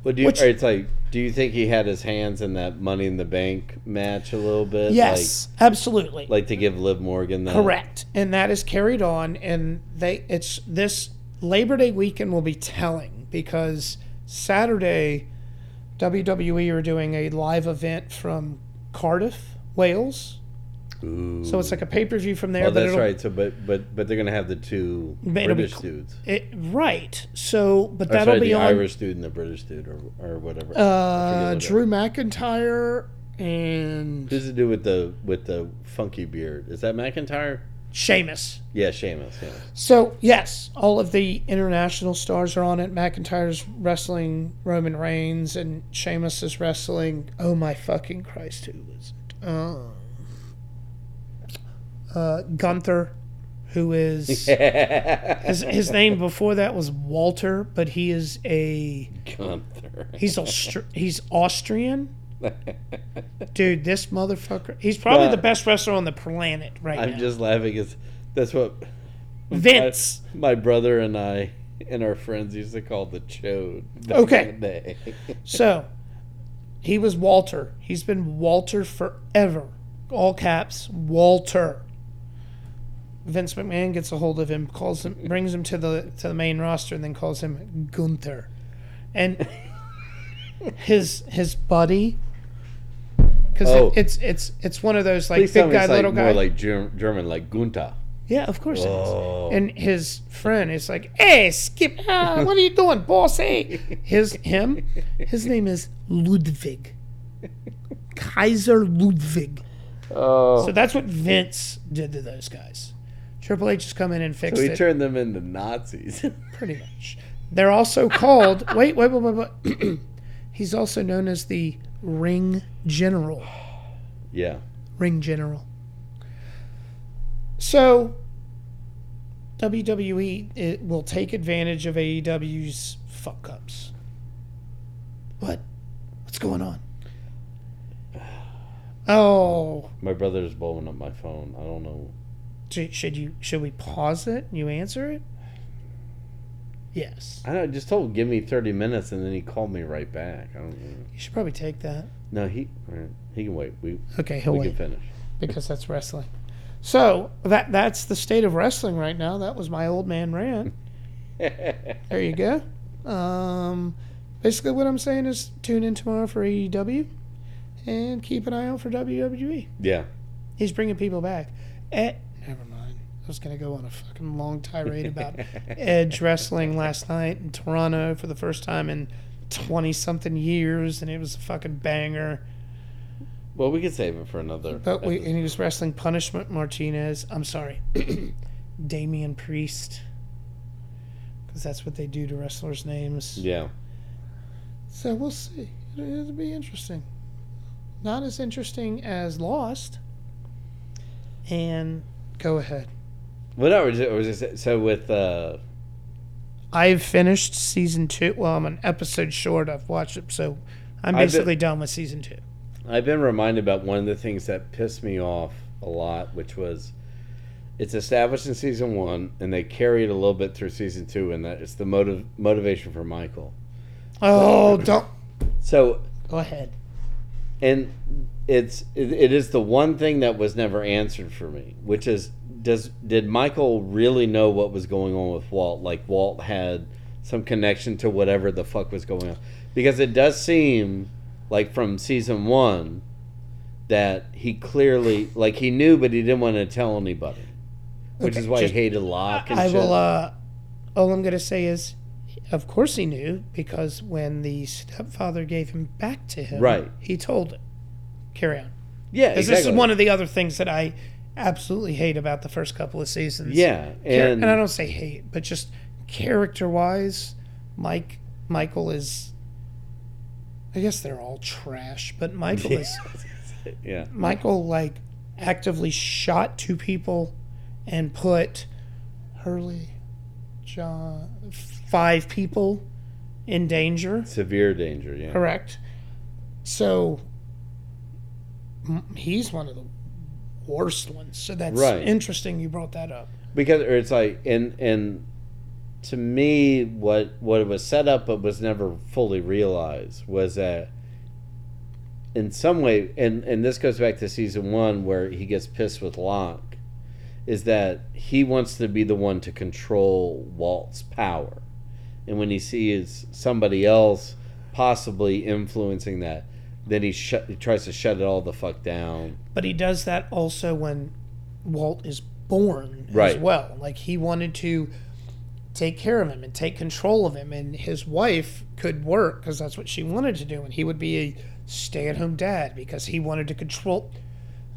[SPEAKER 2] Well, do you,
[SPEAKER 1] Which-
[SPEAKER 2] or it's like, do you think he had his hands in that Money in the Bank match a little bit?
[SPEAKER 1] Yes, absolutely.
[SPEAKER 2] Like, like to give Liv Morgan that.
[SPEAKER 1] Correct. And that is carried on and they it's this Labor Day weekend will be telling because Saturday WWE are doing a live event from Cardiff, Wales.
[SPEAKER 2] Ooh.
[SPEAKER 1] So it's like a pay-per-view from
[SPEAKER 2] Oh,
[SPEAKER 1] there but
[SPEAKER 2] that's
[SPEAKER 1] it'll,
[SPEAKER 2] right. So, but but but they're gonna have the two
[SPEAKER 1] But it'll be
[SPEAKER 2] British
[SPEAKER 1] cl-
[SPEAKER 2] dudes.
[SPEAKER 1] It, right. So but
[SPEAKER 2] Or
[SPEAKER 1] that'll
[SPEAKER 2] sorry,
[SPEAKER 1] be
[SPEAKER 2] the
[SPEAKER 1] on
[SPEAKER 2] Irish dude and the British dude, or or whatever. I forget
[SPEAKER 1] uh
[SPEAKER 2] what it-
[SPEAKER 1] Drew McIntyre and
[SPEAKER 2] Who's the dude with the with the funky beard? Is that McIntyre?
[SPEAKER 1] Sheamus.
[SPEAKER 2] Yeah, Sheamus. Yeah.
[SPEAKER 1] So yes, all of the international stars are on it. McIntyre's wrestling Roman Reigns, and Sheamus is wrestling. Oh my fucking Christ, who was it? Um, uh, Gunther, who is his, his name before that was Walter, but he is a
[SPEAKER 2] Gunther.
[SPEAKER 1] he's Austra- he's Austrian. Dude, this motherfucker. He's probably
[SPEAKER 2] Yeah.
[SPEAKER 1] the best wrestler on the planet right
[SPEAKER 2] I'm
[SPEAKER 1] now.
[SPEAKER 2] just laughing because that's what
[SPEAKER 1] Vince.
[SPEAKER 2] My, my brother and I and our friends used to call the chode. back
[SPEAKER 1] Okay.
[SPEAKER 2] in the day.
[SPEAKER 1] So he was Walter. He's been Walter forever. All caps, Walter. Vince McMahon gets a hold of him, calls him, brings him to the to the main roster, and then calls him Gunther. And his his buddy, because
[SPEAKER 2] Oh.
[SPEAKER 1] it's it's it's one of those like
[SPEAKER 2] Please tell
[SPEAKER 1] big
[SPEAKER 2] me
[SPEAKER 1] guy,
[SPEAKER 2] it's
[SPEAKER 1] little
[SPEAKER 2] like
[SPEAKER 1] guy.
[SPEAKER 2] more like Germ- German, like Gunta.
[SPEAKER 1] yeah, of course. it is.
[SPEAKER 2] Oh.
[SPEAKER 1] And his friend is like, "Hey, Skip, ah, what are you doing, boss? Hey, his him, his name is Ludwig Kaiser Ludwig.
[SPEAKER 2] oh.
[SPEAKER 1] So that's what Vince did to those guys. Triple H has come in and fixed
[SPEAKER 2] So he
[SPEAKER 1] it
[SPEAKER 2] turned them into Nazis.
[SPEAKER 1] pretty much. They're also called. Wait, wait, wait, wait, wait. He's also known as the Ring General.
[SPEAKER 2] yeah.
[SPEAKER 1] Ring General. So, WWE it will take advantage of E AEW's fuck ups. What? What's going on? Oh,
[SPEAKER 2] My brother's blowing up my phone. I don't know.
[SPEAKER 1] sh- should you? Should we pause it? and You answer it? Yes.
[SPEAKER 2] I don't, just told him give me 30 minutes and then he called me right back. I don't know.
[SPEAKER 1] You should probably take that.
[SPEAKER 2] No, he alright, he can wait. We
[SPEAKER 1] Okay, he'll
[SPEAKER 2] we
[SPEAKER 1] wait
[SPEAKER 2] can finish.
[SPEAKER 1] because that's wrestling. So that that's the state of wrestling right now. That was my old man rant. There you go. Um, basically, what I'm saying is tune in tomorrow for AEW and keep an eye out for WWE.
[SPEAKER 2] yeah.
[SPEAKER 1] He's bringing people back. Eh, never mind. I was going to go on a fucking long tirade about Edge wrestling last night in Toronto for the first time in 20 something years, and it was a fucking banger.
[SPEAKER 2] Well, we could save it for another.
[SPEAKER 1] But we,
[SPEAKER 2] episode.
[SPEAKER 1] and he was wrestling Punishment Martinez. I'm sorry, Damian Priest. Because that's what they do to wrestlers' names.
[SPEAKER 2] yeah.
[SPEAKER 1] So we'll see. It'll, it'll be interesting. Not as interesting as Lost. And go ahead.
[SPEAKER 2] What I was, I was just- so with uh
[SPEAKER 1] I've finished season two. Well, I'm an episode short. I've watched it, so
[SPEAKER 2] I've
[SPEAKER 1] I'm
[SPEAKER 2] been-
[SPEAKER 1] basically done with season two.
[SPEAKER 2] I've been reminded about one of the things that pissed me off a lot, which was it's established in season one, and they carry it a little bit through season two, and that it's the motive motivation for Michael.
[SPEAKER 1] Oh, don't
[SPEAKER 2] So,
[SPEAKER 1] go ahead.
[SPEAKER 2] and it's it, it is the one thing that was never answered for me, which is does did Michael really know what was going on with Walt? Like Walt had some connection to whatever the fuck was going on, because it does seem like from season one that he clearly like he knew, but he didn't want to tell anybody, which
[SPEAKER 1] Okay,
[SPEAKER 2] is why
[SPEAKER 1] just-
[SPEAKER 2] he hated Locke. And
[SPEAKER 1] I
[SPEAKER 2] shit.
[SPEAKER 1] will. uh All I'm gonna say is, of course he knew because when the stepfather gave him back to him,
[SPEAKER 2] Right.
[SPEAKER 1] He told him. Carry on.
[SPEAKER 2] yeah,
[SPEAKER 1] Because
[SPEAKER 2] exactly.
[SPEAKER 1] this is one of the other things that I absolutely hate about the first couple of seasons.
[SPEAKER 2] yeah,
[SPEAKER 1] Char-
[SPEAKER 2] and,
[SPEAKER 1] I don't say hate, but just character-wise, Mike Michael is. I guess they're all trash, but Michael is
[SPEAKER 2] yeah,
[SPEAKER 1] Michael like actively shot two people and put Hurley, John, five people in danger.
[SPEAKER 2] Severe danger, yeah.
[SPEAKER 1] Correct. So m- he's one of the worst ones. So that's
[SPEAKER 2] Right.
[SPEAKER 1] interesting. You brought that up.
[SPEAKER 2] because or it's like and and to me what what was set up but was never fully realized was that in some way and and this goes back to season one where he gets pissed with Locke is that he wants to be the one to control Walt's power and when he sees somebody else possibly influencing that then he, shut he tries to shut it all the fuck down
[SPEAKER 1] But he does that also when Walt is born as
[SPEAKER 2] Right.
[SPEAKER 1] well. Like he wanted to take care of him and take control of him, and his wife could work because that's what she wanted to do, and he would be a stay-at-home dad because he wanted to control.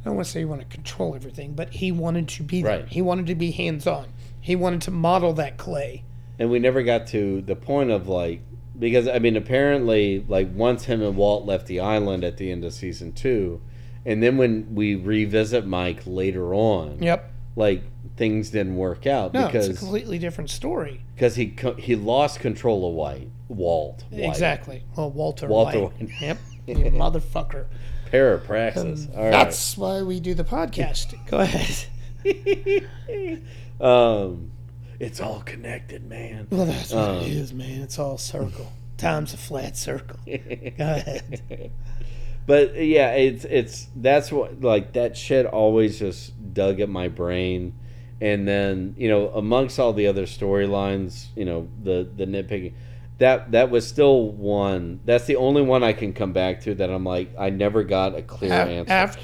[SPEAKER 1] I don't want to say he wanted to control everything, but he wanted to be there.
[SPEAKER 2] Right.
[SPEAKER 1] He wanted to be hands-on. He wanted to model that clay.
[SPEAKER 2] and we never got to the point of like because I mean apparently like once him and Walt left the island at the end of season two, and then when we revisit Mike later on,
[SPEAKER 1] Yep.
[SPEAKER 2] like things didn't work out
[SPEAKER 1] No, it's a
[SPEAKER 2] because
[SPEAKER 1] completely different story.
[SPEAKER 2] because he co- he lost control of White Walt White
[SPEAKER 1] Exactly. Well, Walter.
[SPEAKER 2] Walter
[SPEAKER 1] White.
[SPEAKER 2] White.
[SPEAKER 1] Yep. You motherfucker.
[SPEAKER 2] parapraxis. All right.
[SPEAKER 1] Um, That's why we do the podcast. Go ahead.
[SPEAKER 2] um, it's all connected, man.
[SPEAKER 1] Well, that's what
[SPEAKER 2] Um,
[SPEAKER 1] it is, man. It's all circle. Time's a flat circle. Go ahead.
[SPEAKER 2] But yeah, it's it's that's what like that shit always just dug at my brain, and then you know amongst all the other storylines, you know the the nitpicking, that that was still one. That's the only one I can come back to that I'm like I never got a clear answer.
[SPEAKER 1] After,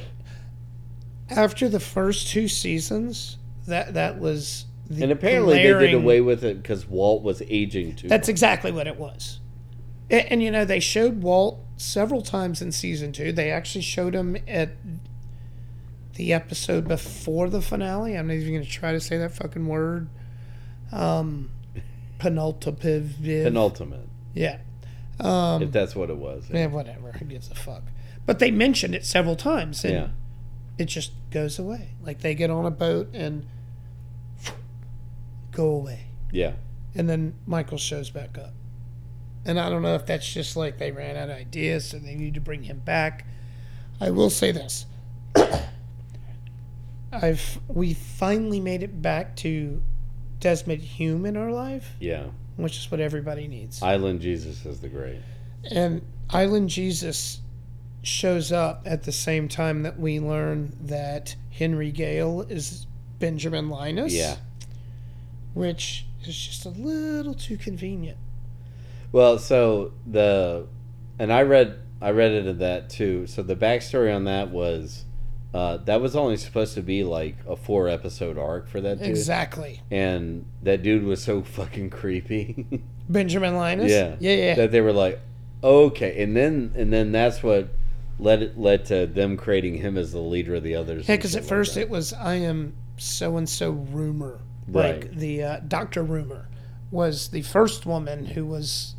[SPEAKER 1] after the first two seasons, that that was the
[SPEAKER 2] and apparently they did
[SPEAKER 1] glaring-
[SPEAKER 2] away with it because Walt was aging too.
[SPEAKER 1] That's exactly what it was. A- And you know they showed Walt several times in season two. They actually showed him at the episode before the finale. I'm not even going to try to say that fucking word. Um, penultipiv.
[SPEAKER 2] penultimate,
[SPEAKER 1] Yeah. Um,
[SPEAKER 2] if that's what it was.
[SPEAKER 1] Yeah, whatever. Who gives a fuck? But they mentioned it several times, and
[SPEAKER 2] Yeah.
[SPEAKER 1] it just goes away. Like they get on a boat and go away,
[SPEAKER 2] yeah.
[SPEAKER 1] and then Michael shows back up. And I don't know if that's just like they ran out of ideas, so they need to bring him back. I will say this: I've we finally made it back to Desmond Hume in our life,
[SPEAKER 2] Yeah.
[SPEAKER 1] which is what everybody needs.
[SPEAKER 2] Island Jesus is the great.
[SPEAKER 1] And Island Jesus shows up at the same time that we learn that Henry Gale is Benjamin Linus.
[SPEAKER 2] Yeah.
[SPEAKER 1] Which is just a little too convenient.
[SPEAKER 2] Well, so the and I read I read into that too. So the backstory on that was uh, that was only supposed to be like a four episode arc for that dude,
[SPEAKER 1] Exactly.
[SPEAKER 2] and that dude was so fucking creepy
[SPEAKER 1] Benjamin Linus?
[SPEAKER 2] Yeah.
[SPEAKER 1] Yeah, yeah.
[SPEAKER 2] that they were like, okay, and then and then that's what led it led to them creating him as the leader of the others.
[SPEAKER 1] yeah,
[SPEAKER 2] and
[SPEAKER 1] because
[SPEAKER 2] shit
[SPEAKER 1] at
[SPEAKER 2] like
[SPEAKER 1] first
[SPEAKER 2] that.
[SPEAKER 1] it was, I am so and so rumor. Like
[SPEAKER 2] Right.
[SPEAKER 1] the uh, Dr. Rumor was the first woman who was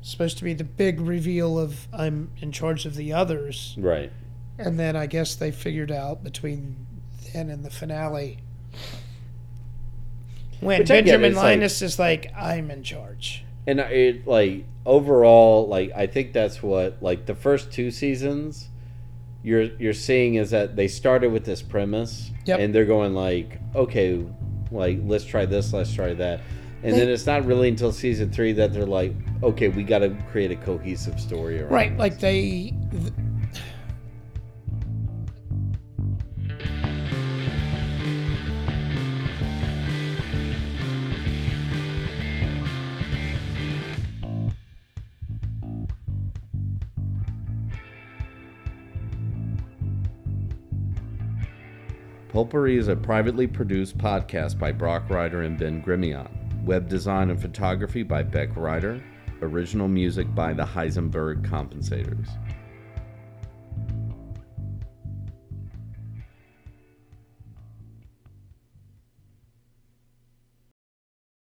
[SPEAKER 1] supposed to be the big reveal of I'm in charge of the others.
[SPEAKER 2] right,
[SPEAKER 1] And then I guess they figured out between then and the finale when
[SPEAKER 2] Which I get,
[SPEAKER 1] Benjamin
[SPEAKER 2] it's like-
[SPEAKER 1] Linus is like, I'm in charge.
[SPEAKER 2] and I- it like overall like i think that's what like the first two seasons you're you're seeing is that they started with this premise
[SPEAKER 1] Yep.
[SPEAKER 2] and they're going like okay like let's try this let's try that and then
[SPEAKER 1] They-
[SPEAKER 2] it's not really until season three that they're like okay we got to create a cohesive story around
[SPEAKER 1] Right.
[SPEAKER 2] this.
[SPEAKER 1] Like they. th-
[SPEAKER 2] Pulpery is a privately produced podcast by Brock Ryder and Ben Grimion. Web design and photography by Beck Ryder. Original music by the Heisenberg Compensators.